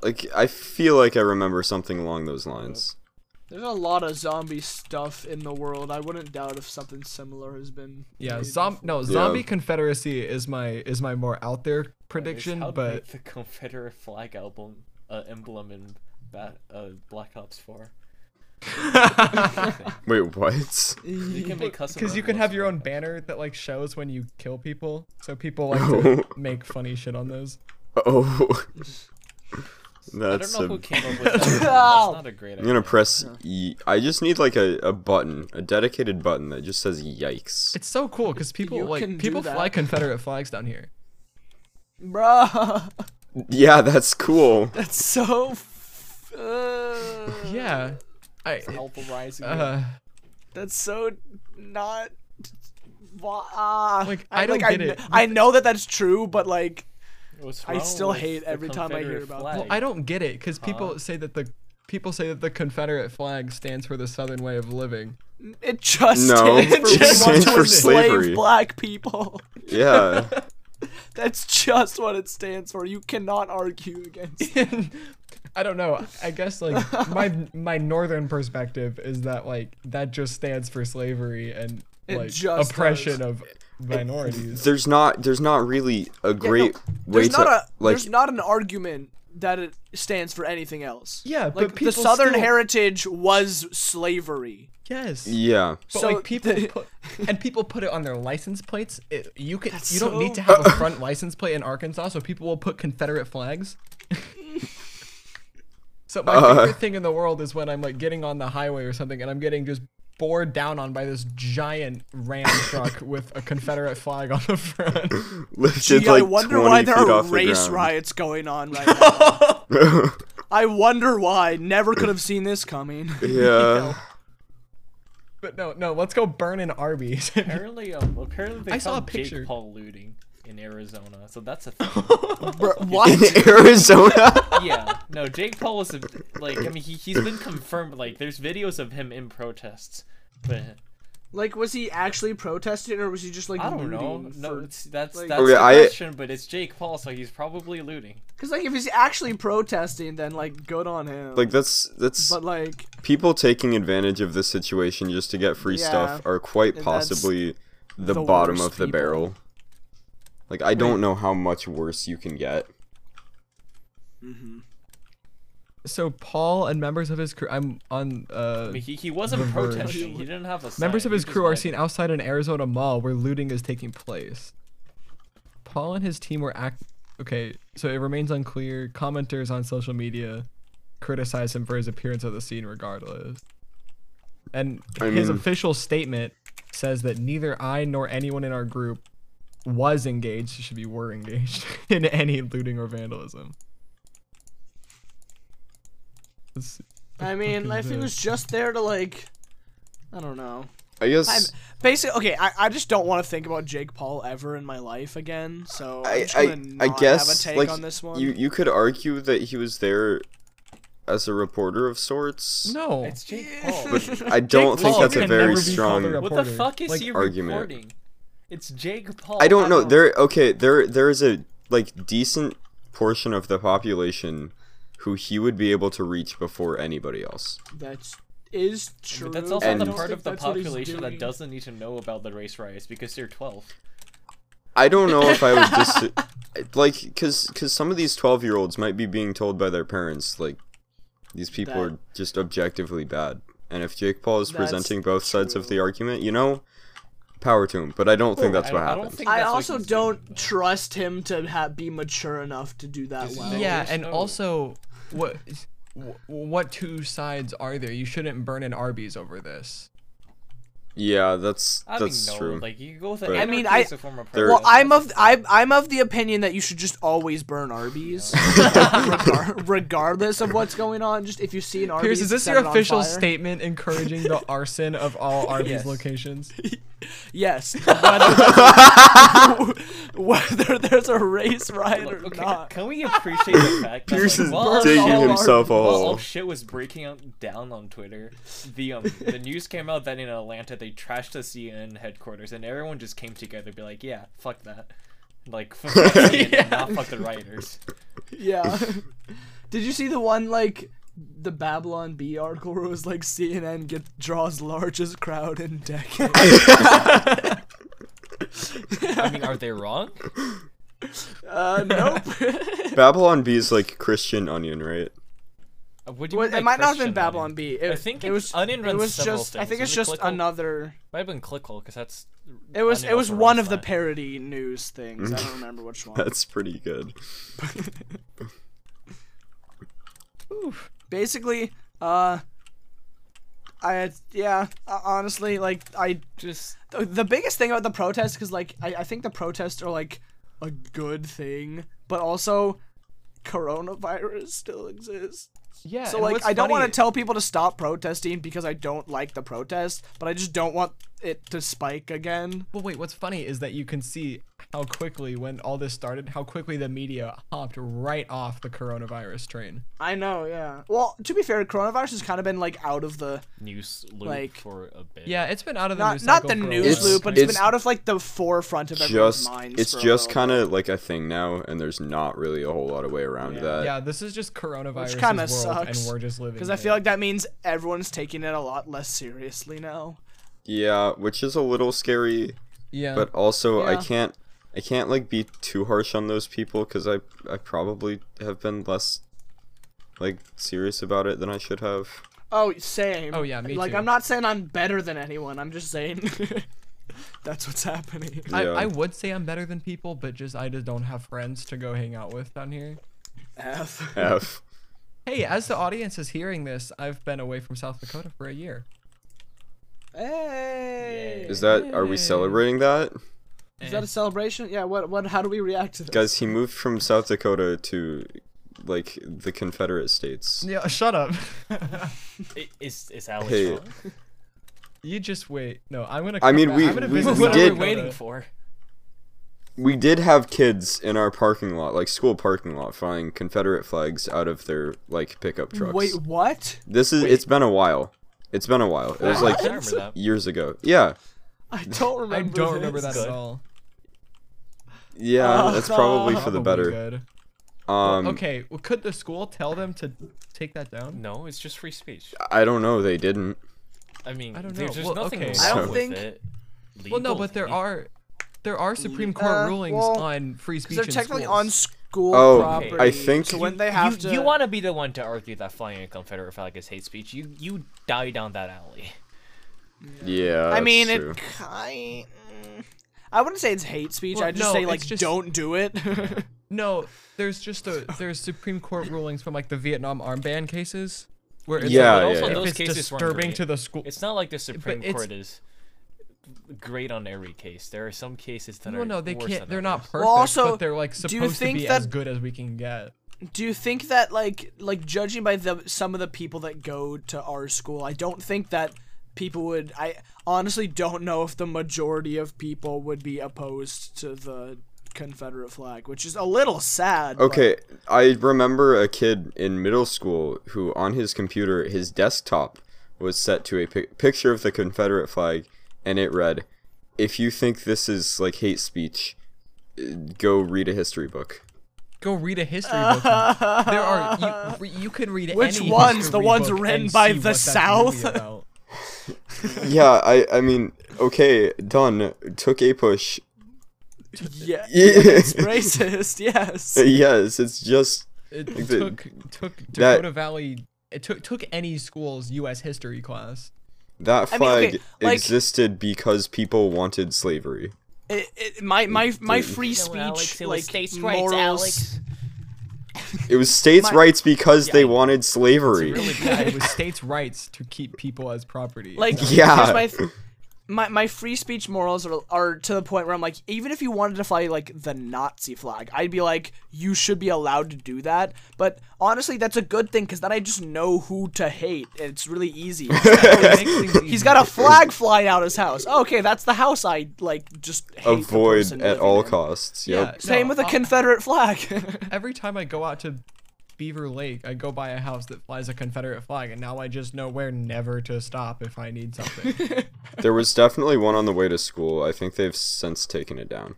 Like I feel like I remember something along those lines. There's a lot of zombie stuff in the world. I wouldn't doubt if something similar has been. Yeah, made zom- before. no, zombie Confederacy is my is my more out there prediction, How to but make the Confederate flag album uh, emblem in Bat- uh, Black Ops 4. Wait, what? You can make custom because you can have emblems your for own Black Ops. banner that like shows when you kill people, so people like to make funny shit on those. Oh, I don't that's. know a- who came up with that. That's not a great idea. I'm gonna press. Ye- I just need like a, a button, a dedicated button that just says "Yikes." It's so cool because people You can like do people that. fly Confederate flags down here. Bruh, Yeah, that's cool. that's so. F- uh, Yeah, I Uh-huh. Help a rising. uh, That's so not Wha- ah, Like, I don't like, get I, it. kn- I know that that's true, but like, What's I wrong still with hate the every time I hear Confederate about that. flag? Well, I don't get it because Huh? Uh-huh. people say that the people say that the Confederate flag stands for the Southern way of living. it just No, did. it just stands wants for to enslave slavery. black people. Yeah. That's just what it stands for. You cannot argue against. I don't know. I guess like my my northern perspective is that like that just stands for slavery and It like just oppression does. of minorities. there's not there's not really a great way There's to not a like there's not an argument that it stands for anything else. Yeah, like but people the Southern still- heritage was slavery. yes. yeah. But So like people the- put and people put it on their license plates. It, you could That's you don't so- need to have a front license plate in Arkansas, so people will put Confederate flags. so my Uh-huh. Uh. favorite thing in the world is when I'm like getting on the highway or something and I'm getting just bored down on by this giant ram truck with a Confederate flag on the front. Lifted Gee, I like wonder 20 why there feet are off the race ground. riots going on right now. I wonder why. Never could have seen this coming. yeah. But no, no, let's go burn in Arby's. Apparently, um, apparently they I saw call a picture. Jake Paul looting in Arizona, so that's a thing. Bruh, what? In Arizona. yeah, no, Jake Paul was a, like, I mean, he he's been confirmed. Like, there's videos of him in protests, but like, was he actually protesting, or was he just like I don't know. looting? No, for- it's, that's like- that's Okay, the I- question, but it's Jake Paul, so he's probably looting. Cause like, if he's actually protesting, then like, good on him. like that's that's but like, people taking advantage of this situation just to get free stuff Yeah, are quite and that's possibly the, the bottom worst of the people. barrel. Like I don't know how much worse you can get. so Paul and members of his crew I'm on uh I mean, he, he wasn't The Verge. protesting. He didn't have a. Sign. Members of he his just crew are went- seen outside an Arizona mall where looting is taking place. Paul and his team were act. Okay, so it remains unclear. Commenters on social media criticize him for his appearance at the scene, regardless. And I his mean- official statement says that neither I nor anyone in our group was engaged, should be were engaged in any looting or vandalism. Let's see. I mean, fuck if is he this? was just there to like, I don't know. I guess I'm basically okay. I, I just don't want to think about Jake Paul ever in my life again. So I'm I, just gonna I, I not guess have a take like on this one. you you could argue that he was there as a reporter of sorts. No. It's Jake Paul. But I don't think Paul that's a can very never be called a strong. rep- what the reporter, fuck is like, he argument. reporting? It's Jake Paul. I don't know. There okay, there there is a like decent portion of the population who he would be able to reach before anybody else. That's is true. But that's also And- the I don't part of think the that's what he's population that doing. doesn't need to know about the race riots because you're 12. I don't know if I would just like cuz cuz some of these 12-year-olds might be being told by their parents like these people That- are just objectively bad. And if Jake Paul is That's presenting both sides of true. the argument, you know, power to him, but I don't think that's I- what I don't happened. think I that's what also he's doing, don't though. trust him to ha- be mature enough to do that Is he well. there? Yeah, There's and no- also, what wh- what two sides are there? You shouldn't burn an Arby's over this. Yeah, that's I that's mean, no, true. Like you go with But- an I mean, anarchist I- as a form of There- Well, protest, I'm that's of I'm I'm of the opinion that you should just always burn Arby's, Regar- regardless of what's going on. Just if you see an Arby's, Pierce, is this set your it on official fire. statement encouraging the arson of all Arby's Yes. locations? Yes. Whether, whether there's a race riot Like, or okay, not. can we appreciate the fact that Pierce like, is while, burning digging all himself a while hole. all shit was breaking out down on Twitter, the um, the news came out that in Atlanta they trashed the CNN headquarters and everyone just came together to be like, yeah, fuck that, like fuck CNN and not fuck the rioters. Yeah. Did you see the one like the Babylon B article where it was like CNN get draws largest crowd in decades? I mean, are they wrong? uh, nope. Babylon B is like Christian onion, right? Uh, What do you Well, mean by it might not have been Christian Babylon onion? B. It, I think it it's- was Onion It runs was several just. I things. think Is it's it just Clickhole? another. Might have been Clickhole because that's. It was. Onion It was also one runs of the that. parody news things. I don't remember which one. That's pretty good. Basically, uh, I yeah. uh, Honestly, like I Just the- the biggest thing about the protests because like I, I think the protests are like a good thing but also coronavirus still exists Yeah. So and like what's I don't want to funny- tell people to stop protesting because I don't like the protest, but I just don't want it to spike again. Well, wait. What's funny is that you can see how quickly, when all this started, how quickly the media hopped right off the coronavirus train. I know, yeah. Well, to be fair, coronavirus has kind of been like out of the news loop Like- for a bit. Yeah, it's been out of the not news not cycle the for a news while. loop, but it's It's- been out of like the forefront of everyone's Just minds. it's for a just little kind of like a thing now, and there's not really a whole lot of way around that. Yeah, this is just coronavirus kinda world, sucks, and we're just living. Because I in feel it. like that means everyone's taking it a lot less seriously now. Yeah, which is a little scary, yeah, but also I Yeah. can't I can't like be too harsh on those people because I I probably have been less like serious about it than I should have. Oh, same. Oh, yeah, me Like too. I'm not saying I'm better than anyone. I'm just saying that's what's happening. I, Yeah. I would say I'm better than people, but just I just don't have friends to go hang out with down here. F. F. Hey, as the audience is hearing this, I've been away from South Dakota for a year. Hey. Is that are we celebrating that? Is that a celebration? Yeah. What? What? How do we react to this? Guys, he moved from South Dakota to like the Confederate States. Yeah, shut up. I- Is is Alex Hey. wrong? you just wait. No, I'm gonna. I come mean, back. we- I'm gonna we- visit we South What are did- we Dakota. waiting for? We did have kids in our parking lot, like school parking lot, flying Confederate flags out of their like pickup trucks. Wait, what? This is it's been a while. It's been a while. It was Wow, I like can't remember that. years ago. Yeah. I don't remember. I don't remember this. that Good. at all. Oh, Yeah, that's probably for the Probably better. good. Um okay, well, could the school tell them to take that down? No, it's just free speech. I don't know, they didn't. I mean, I don't there's know. just Well, nothing okay. wrong I don't with think- it. Well, no, but there legally. are, there are Supreme Court Uh, rulings well, on free speech. Because they're in technically schools. on school Oh, I property. think- so. When they have you, to, you want to be the one to argue that flying a Confederate flag is hate speech. You you die down that alley. Yeah. I that's mean, true. it kind. I wouldn't say it's hate speech. Well, I just no, say like it's just- don't do it. No, there's just a there's Supreme Court rulings from like the Vietnam armband cases where it's Yeah, like, yeah, yeah. if Those it's cases weren't disturbing great. to the school. It's not like the Supreme it's- Court is great on every case. There are some cases that Well, are no, they worse can't. than They're not others. perfect, also, but they're like do you supposed to think be that- as good as we can get. do you think that like like judging by the some of the people that go to our school, I don't think that people would. I honestly don't know if the majority of people would be opposed to the Confederate flag, which is a little sad. but- Okay, I remember a kid in middle school who, on his computer, his desktop was set to a pic- picture of the Confederate flag, and it read, "If you think this is like hate speech, uh, go read a history book." Go read a history book. there are you, you can read Which any ones? history The ones book written and by see the what that's really South? about. yeah, I, I mean, okay, done. Took a push. Yeah. yes, Racist, yes. it's just It the- took took that- Dakota Valley. It took took any school's U.S. history class. that I mean, flag okay, like- existed because people wanted slavery. It, it, my my my free No, Alex, speech it was like states' rights, morals. Alex. It was states' My- rights because Yeah, they I- wanted slavery. Really bad. it was states' rights to keep people as property. Like Yeah. here's my, th- my my free speech morals are are to the point where I'm like, even if you wanted to fly like the Nazi flag, I'd be like, you should be allowed to do that. But honestly, that's a good thing because then I just know who to hate. and It's really easy. He's got a flag flying out his house. Okay, that's the house I like. Just hate the person Avoid at living all in. costs. Yeah. Yep. Same No, with a uh, Confederate flag. every time I go out to Beaver Lake, I go by a house that flies a Confederate flag, and now I just know where never to stop if I need something. There was definitely one on the way to school. I think they've since taken it down.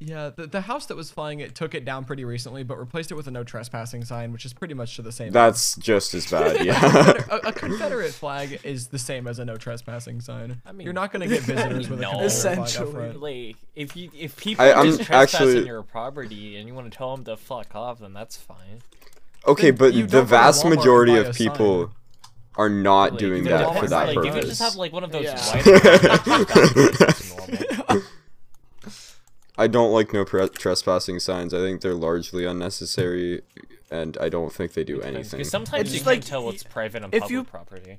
yeah, the, the house that was flying it took it down pretty recently, but replaced it with a no trespassing sign, which is pretty much to the same. That's just as bad. Yeah. a, a Confederate flag is the same as a no trespassing sign. I mean, mean- you're not gonna get visitors with a No. Confederate flag up Essentially. front. Like, if you if people I- I'm just trespass actually- on your property and you want to tell them to fuck off, then that's fine. okay, Then but you the don't go to Walmart vast and majority buy of a people are not Like, doing even that Walmart- for that like, purpose. If you just have like one of those Yeah. white. that's normal. I don't like no pre- trespassing signs. I think they're largely unnecessary, and I don't think they do anything. Because sometimes It's you just can like, like, tell what's private and if public you- property.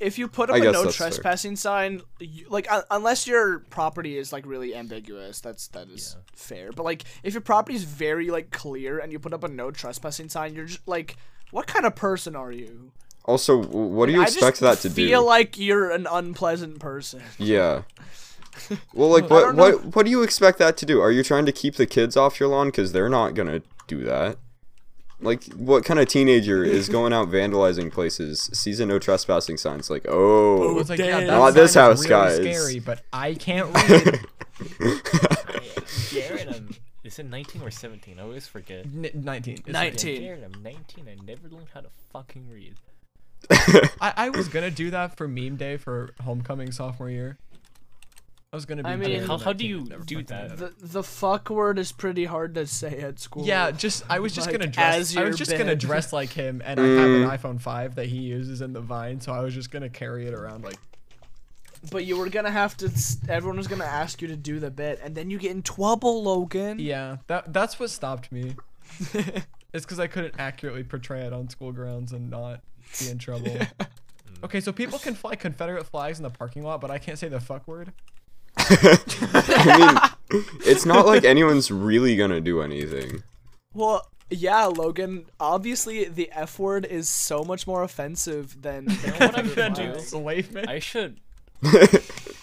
if you put I up a guess no that's fair. trespassing sign, you, like un unless your property is like really ambiguous, that's that is fair. But like if your property is very like clear and you put up a no trespassing sign, you're just like What kind of person are you? Also, w- what do you I just expect that to feel do? like you're an unpleasant person. yeah. Well, like, what, don't know. what, what do you expect that to do? Are you trying to keep the kids off your lawn? Because they're not gonna do that. Like, what kind of teenager is going out vandalizing places, sees a no trespassing signs, like, I oh, was like, yeah, Damn. that Not this sign house, is really guys. Scary, but I can't read. Jared, I'm, is it 19 or 17? I always forget. N- Nineteen. is it? Yeah, 19. Jared, I'm 19. I never learned how to fucking read. I, I was gonna do that for meme day for homecoming sophomore year. I was gonna be. I better mean- than How- how do 19, you but never do fucking that? did it. The the fuck word is pretty hard to say at school. Yeah, just I was just Like, gonna dress. as I your was just gonna bed. dress like him, and I have an iPhone five that he uses in the Vine, so I was just gonna carry it around like. But you were gonna have to. s- Everyone was gonna ask you to do the bit, and then you get in trouble, Logan. Yeah, that that's what stopped me. it's because I couldn't accurately portray it on school grounds and not be in trouble. Okay, so people can fly Confederate flags in the parking lot, but I can't say the fuck word. I mean, it's not like anyone's really gonna do anything. Well, yeah, Logan. Obviously, the F word is so much more offensive than. than what I'm other gonna do? words. Enslavement. I should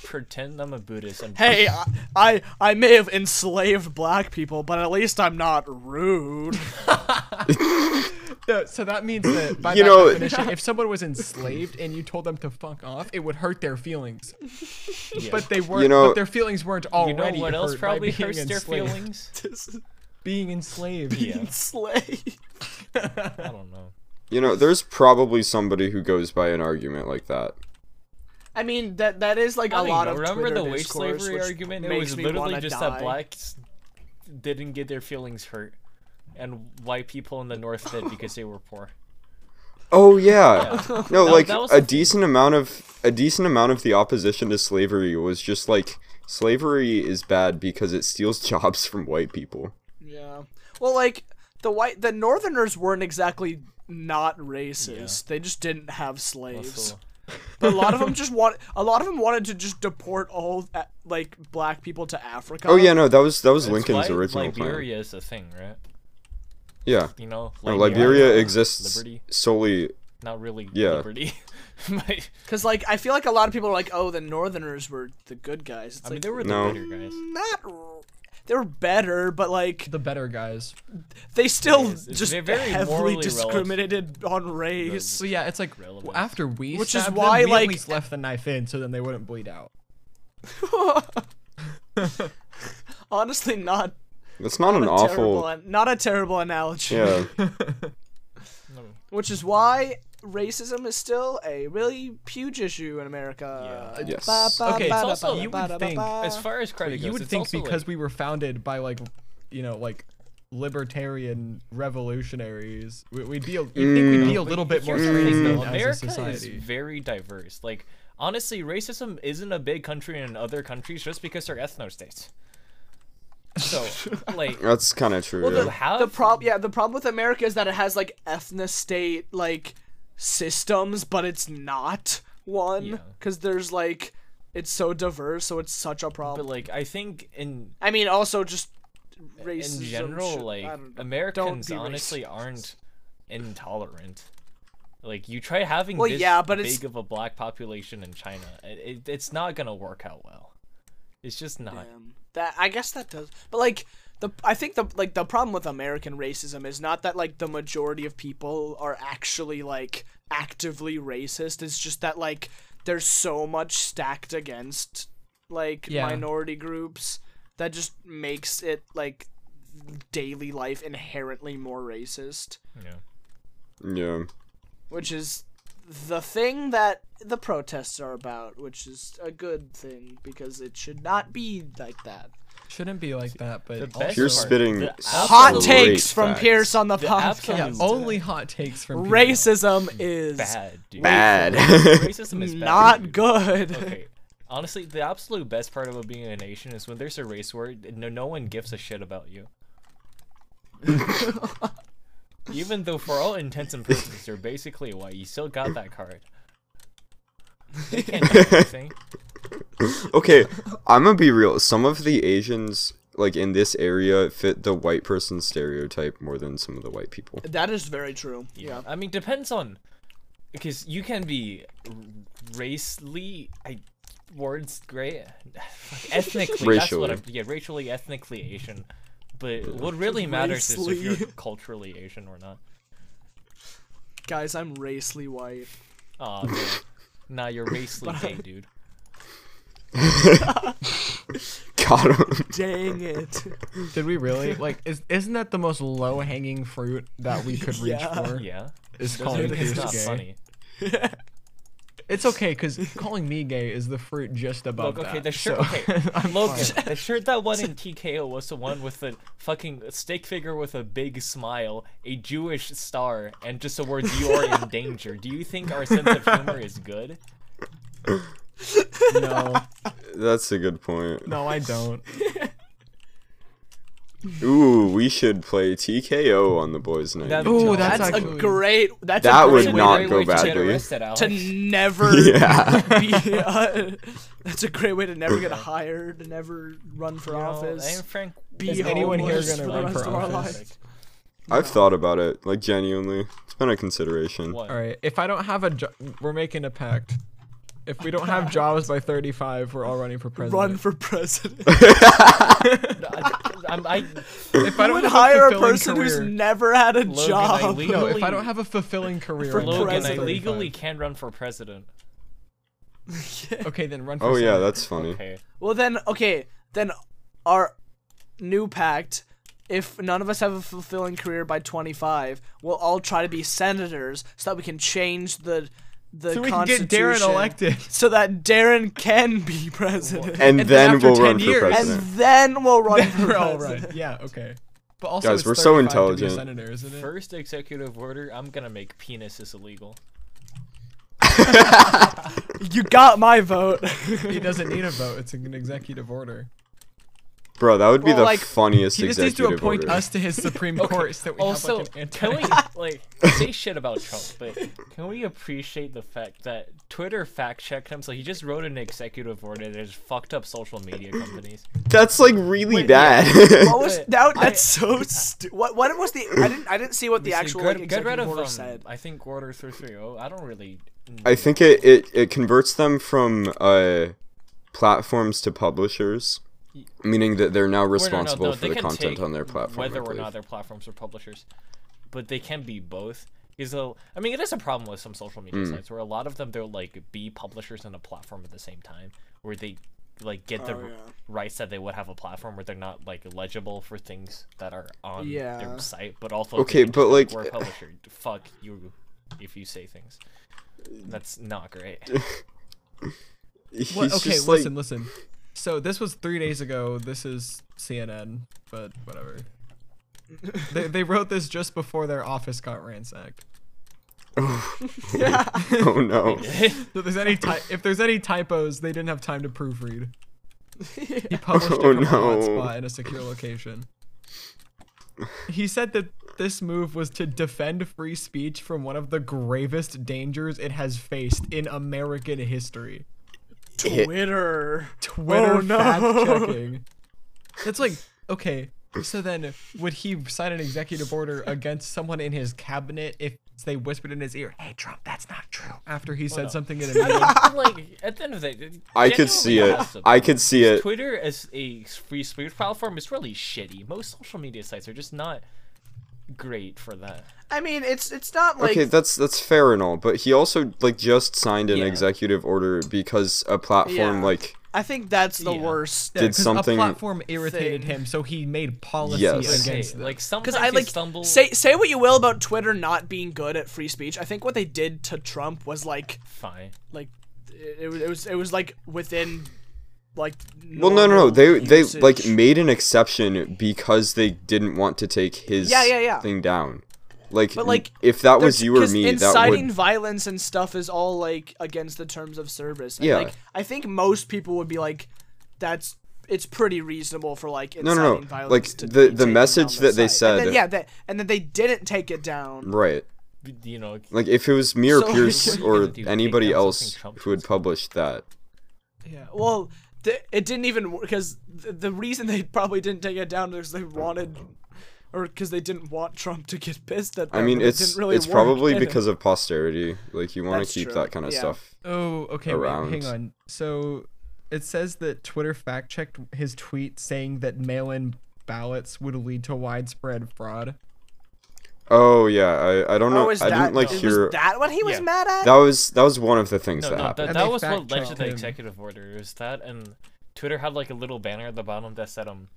pretend I'm a Buddhist and Hey, I, I I may have enslaved black people, but at least I'm not rude. No, so that means that by You that know- definition, if someone was enslaved and you told them to fuck off, it would hurt their feelings. Yeah. But they weren't. know- but their feelings weren't you know already what else hurt by probably being hurts their enslaved. feelings? Being enslaved. Yeah, Enslaved. I don't know. You know, there's probably somebody who goes by an argument like that. I mean that that is like I a don't lot know. of remember Twitter the wage discourse, slavery which argument? It makes was me literally wanna just die. that blacks didn't get their feelings hurt, and white people in the north did because they were poor. Oh yeah. No, That- like that was a the- decent amount of a decent amount of the opposition to slavery was just like slavery is bad because it steals jobs from white people. Yeah. Well, like the white the Northerners weren't exactly not racist. They just didn't have slaves. So But a lot of them just want a lot of them wanted to just deport all uh, like black people to Africa. Oh yeah, no, that was that was that's Lincoln's why original plan. Liberia is a thing, right? Yeah. You know, No, Liberia uh, exists Liberty, solely not really Yeah. liberty. but, Because like I feel like a lot of people are like, oh, the Northerners were the good guys. It's I like mean, they were the No. better guys. not. r- They were better, but like The better guys. they still It's- it's just very morally heavily relative. discriminated on race. So yeah, it's like w- Relevance. after we Which is stabbed them, why, we at like- least left the knife in so then they wouldn't bleed out. Honestly, not that's not an a terrible, awful an- not a terrible analogy. Yeah. Which is why racism is still a really huge issue in America. Yeah. Yes. Okay, it's also- you would think- As Uh, far as credit you goes, would it's think also, because like, we were founded by like you know, like libertarian revolutionaries, we, we'd be a, you'd think we'd Mm. be a little bit more Thing, trained though, as a America is society. very diverse. Like honestly, racism isn't a big country in other countries just because they're ethno states. So like that's kinda true. well, yeah. the, How- the problem, yeah, the problem with America is that it has like ethnostate like systems, but it's not Yeah. one because there's like it's so diverse, so it's such a problem. but like I think in I mean, also just racism. in general, should- like I don't know. Americans be honestly racist. aren't intolerant. Like you try having Well, this yeah, but big it's- of a black population in China, it, it, it's not gonna work out well. It's just not. Um, that I guess that does, but like the I think the like the problem with American racism is not that like the majority of people are actually like actively racist. It's just that like there's so much stacked against like Yeah. minority groups that just makes it like daily life inherently more racist, Yeah. yeah. which is the thing that the protests are about, which is a good thing because it should not be like that. Shouldn't be like that, but The also- best You're part- spitting the Hot Absolute takes from facts. Pierce on the The podcast. yeah, absolute only hot takes from people. Racism is bad, dude. Bad. Racism is bad, not dude. good. Okay. Honestly, the absolute best part about being a nation is when there's a race war, no, no one gives a shit about you. Even though, for all intents and purposes, you're basically white, you still got that card. They can't do anything. Okay, I'm gonna be real. Some of the Asians, like in this area fit the white person stereotype more than some of the white people. That is very true. Yeah. I mean, depends on because you can be r- racely, I words great, Fuck, ethnically. Racially. That's what I'm, yeah, racially, ethnically Asian. But what really matters is if Racely. you're culturally Asian or not. Guys, I'm racely white. Aw, man. nah, you're racely gay, dude. Got him. Dang it. Did we really? Like, is, isn't that the most low hanging fruit that we could reach Yeah. for? Yeah, Is Doesn't calling mean it's Pierce not gay. funny. It's okay, because calling me gay is the fruit just above Look, okay, that, the shirt. so Okay, I'm Logan, fine. the shirt that won in TKO was the one with the fucking stick figure with a big smile, a Jewish star, and just the words "You are in danger." Do you think our sense of humor is good? No, That's a good point. no, I don't. Ooh, we should play TKO on the boys' night. That'd be Ooh, dope. that's Oh, That's a actually- great. That's That a would great That's a way not great go way to get badly. arrested, Alex. to never yeah. be. Uh, that's a great way to never get hired, to never run for You know, office. and Frank, Be is anyone here homeless gonna for the run rest for of our office? lives? I've thought about it, like genuinely. It's been a consideration. What? All right, if I don't have a, jo- we're making a pact. If we don't have jobs by 35, we're all running for president. Run for president. I, I'm, I, If I I don't would have hire a fulfilling person who's career- never had a I job. leave- No, if I legally- don't have a fulfilling career, For I'm Logan, running I president. 35. legally can run for president. Okay, then run. For Oh yeah, Senate. that's funny. Okay. Well, then, okay, then our new pact. If none of us have a fulfilling career by 25, we'll all try to be senators so that we can change the the So we can get constitution. Darren elected. So that Darren can be president. And, then then, after we'll 10 run for years- And president. then we'll run for We're all president. right. Yeah. Okay. But also, Guys, it's we're 35 to so be a intelligent. senator, isn't it? First executive order, I'm gonna make penises illegal. You got my vote. He doesn't need a vote. It's an executive order. Bro, that would be Well, the like, funniest He just needs to executive appoint order. us to his Supreme Court so that we also, have like an anti. can we like say shit about Trump? But can we appreciate the fact that Twitter fact checked him? So he just wrote an executive order that just fucked up social media companies. That's like really bad. what was Wait, that? I- That's so stu- what? What was the? I didn't. I didn't see what the So actual get, like, get rid executive of order um, said. I think order three three zero. I don't really. I think it, it, it converts them from uh, platforms to publishers, meaning that they're now Well, no, no, responsible no, for they the can content take on their platform. I whether or believe. not their platforms are publishers, but they can be both. Is though I mean, it is a problem with some social media Hmm. sites where a lot of them they'll like be publishers and a platform at the same time, where they like get the Oh, r- yeah. rights that they would have a platform where they're not like legible for things that are on Yeah. their site, but also Okay, they but, just, like, we're a publisher. Fuck you, if you say things. That's not great. He's What- okay, just, listen, like, listen. So this was three days ago. This is CNN, but whatever. they, they wrote this just before their office got ransacked. oh no. So if there's any ty- if there's any typos, they didn't have time to proofread. He published it Oh, from a no. hotspot in a secure location. He said that this move was to defend free speech from one of the gravest dangers it has faced in American history. Twitter. Twitter Oh, no. fact checking. That's like okay. So then, would he sign an executive order against someone in his cabinet if they whispered in his ear, "Hey Trump, that's not true"? After Oh, he said something in a meeting. like at the end of the day, I could see it. I could see it. Twitter as a free speech platform is really shitty. Most social media sites are just not great for that. I mean, it's it's not like okay, that's that's fair and all, but he also like just signed an Yeah. executive order because a platform Yeah. like I think that's the Yeah. worst. Yeah, did 'cause something- A platform irritated thing. him, so he made policy Yes. Hey, against. them. like sometimes Because I like stumble. say say what you will about Twitter not being good at free speech. I think what they did to Trump was like Fine. like it, it was it was it was like within like. well no no no normal they they usage. like made an exception because they didn't want to take his Yeah, yeah, yeah. thing down. Like, But, like, if that was There's- you or 'cause me, that inciting would violence and stuff is all like against the terms of service. And, Yeah. like, I think most people would be like, that's it's pretty reasonable for like no, inciting no. violence. Like, to the- be the taken down message the that they site. And then- said- yeah, that and then they didn't take it down. right. You know, Like if it was me or So- Pierce What are you or gonna do, take anybody down else something Trump who had tweets? published that, yeah. Well, th- it didn't even because the, the reason they probably didn't take it down is they wanted, or because they didn't want Trump to get pissed at. Them, I mean, but it it's didn't really it's work, probably did it? because of posterity. Like you want That's to keep true, that kind of yeah. stuff. Oh, okay. Wait, hang around. on. So it says that Twitter fact checked his tweet saying that mail in ballots would lead to widespread fraud. Oh yeah, I, I don't know. Oh, I is that, didn't like was hear. That... that what he was Yeah. mad at? was that was one of the things No, that no, happened. that, And that they was what led fact-checked to the him. executive order. It was that, and Twitter had like a little banner at the bottom that said, um,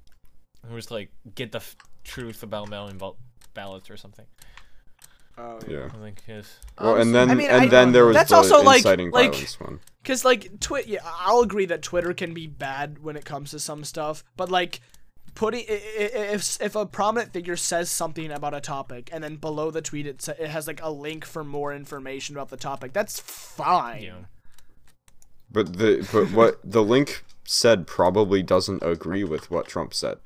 it was like, get the f- truth about mail-in bal- ballots or something. Oh, Yeah. I think yes. Well, and then I mean, and I- then there was that's the also, like- inciting like- violence one. Because like Twitter, yeah, I'll agree that Twitter can be bad when it comes to some stuff, but like putting i- i- i- if if a prominent figure says something about a topic and then below the tweet it sa- it has like a link for more information about the topic, that's fine. Yeah. But the but what the link said probably doesn't agree with what Trump said,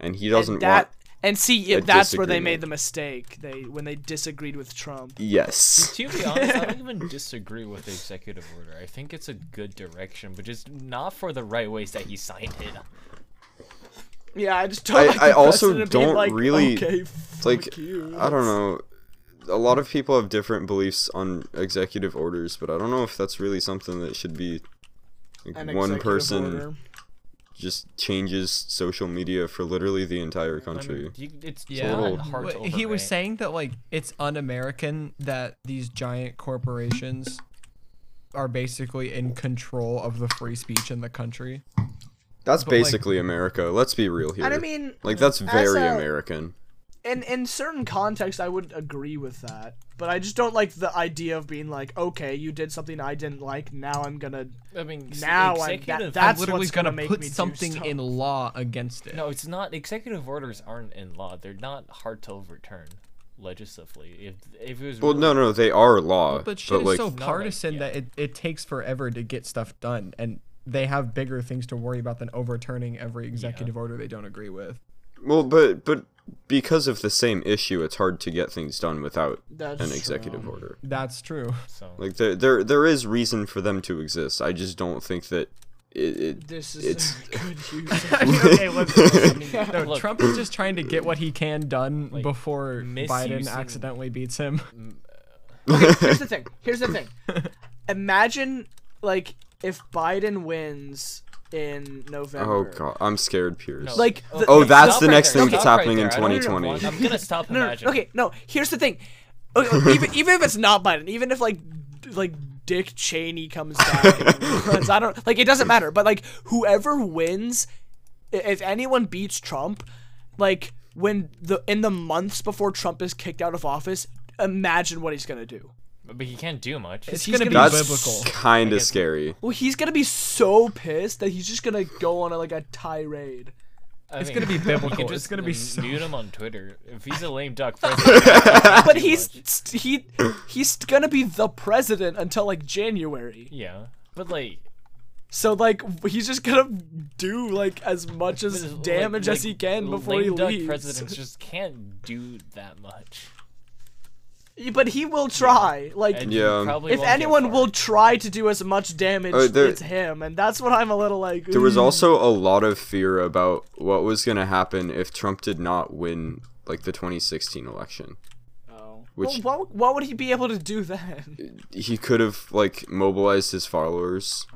and he doesn't and that want. and see yeah, a that's where they disagreement. made the mistake. They when they disagreed with Trump. Yes. To be honest, I don't even disagree with the executive order. I think it's a good direction, but just not for the right ways that he signed it. Yeah, I just don't. I- like the I also precedent of being don't like, really- Okay, It's like fuck you. I don't know. A lot of people have different beliefs on executive orders, but I don't know if that's really something that should be like, An one executive person order. just changes social media for literally the entire I country. mean, you- it's Yeah. not Total. hard to Wait, he was overrate. saying that like it's un-American that these giant corporations are basically in control of the free speech in the country. That's like- basically America. Let's be real here. And I mean, like that's very a- American. in in certain contexts i would agree with that but i just don't like the idea of being like okay you did something i didn't like now i'm gonna I mean, s- Now I'm- that- executive. that- That's I'm literally what's gonna gonna make put me do something stuff. in law against it. no, it's not. Executive orders aren't in law. They're not hard to overturn legislatively. If if it was Well, really- no, no, they are law, But but, shit like is so like, partisan yeah. that it, it takes forever to get stuff done and they have bigger things to worry about than overturning every executive order they don't agree with. well, but but because of the same issue, it's hard to get things done without That's an true. executive order. That's true. so Like there, there, there is reason for them to exist. I just don't think that it. it this is It's- a good use I mean, okay, let's, I mean, no, Look. Trump is just trying to get what he can done before Biden misusing- accidentally beats him. here's the thing here's the thing imagine like if biden wins in november oh god, I'm scared, Pierce. No. like the, Oh, Okay, that's stop the right next there, thing that's stop happening in right there. I don't 2020. want- I'm gonna stop no, no, imagining. okay no here's the thing okay, even, even if it's not biden even if like d- like dick cheney comes back and runs, i don't like it doesn't matter but like whoever wins i- if anyone beats trump like when the in the months before trump is kicked out of office imagine what he's gonna do But he can't do much. It's he's going to be gonna that's be biblical. kind of scary. well he's gonna be so pissed that he's just gonna go on a, like a tirade I It's mean, going to be You can biblical. just It's going to be n- so. mute him on Twitter. If he's a lame duck, president, but he's st- he he's gonna be the president until like january yeah. But like, So like he's just gonna do like as much as like- damage as like, he can before lame he duck leaves. presidents just can't do that much. But he will try. Like And Yeah. you probably if won't get anyone far. will try to do as much damage, Uh, there- it's him, and that's what I'm a little like. There was "Ooh." also a lot of fear about what was going to happen if Trump did not win like the 2016 election, Well, which what, what would he be able to do then? he could have like mobilized his followers.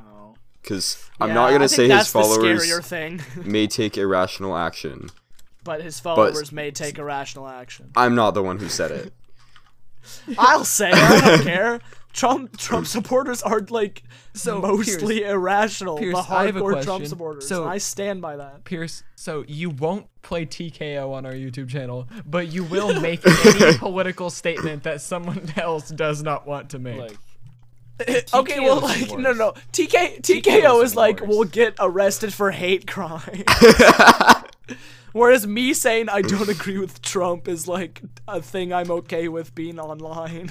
Because I'm not Oh. Yeah, I gonna think say his that's followers The scarier thing, may take irrational action. but his followers may take irrational action. I'm not the one who said it. I'll say it, I don't care. Trump Trump supporters are like mostly irrational. Pierce, the I have a hardcore Trump question. supporters. So- and I stand by that. Pierce, so you won't play TKO on our YouTube channel, but you will make any political statement that someone else does not want to make. like, okay, well, TKO is like no, worse. no, TK TKO, TKO is, is like worse. we'll get arrested for hate crime. Whereas me saying I don't agree with Trump is like a thing I'm okay with being online.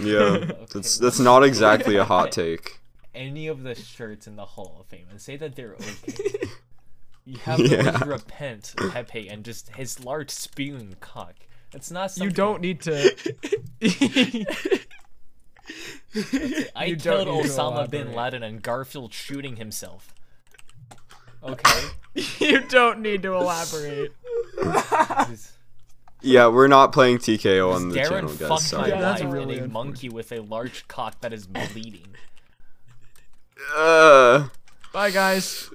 Yeah, that's that's not exactly a hot take. any of the shirts in the Hall of Fame and say that they're okay. you have Yeah. to really repent, Pepe, and just his large spewing cock. It's not something you don't need to. I you don't killed need to Osama bin elaborate. Laden and Garfield shooting himself. Okay. you don't need to elaborate. Is- Yeah, we're not playing TKO on the Darren channel, guys. fucked my Sorry. Yeah, that's wife really in a unfortunate. monkey with a large cock that is bleeding. Uh, Bye, guys.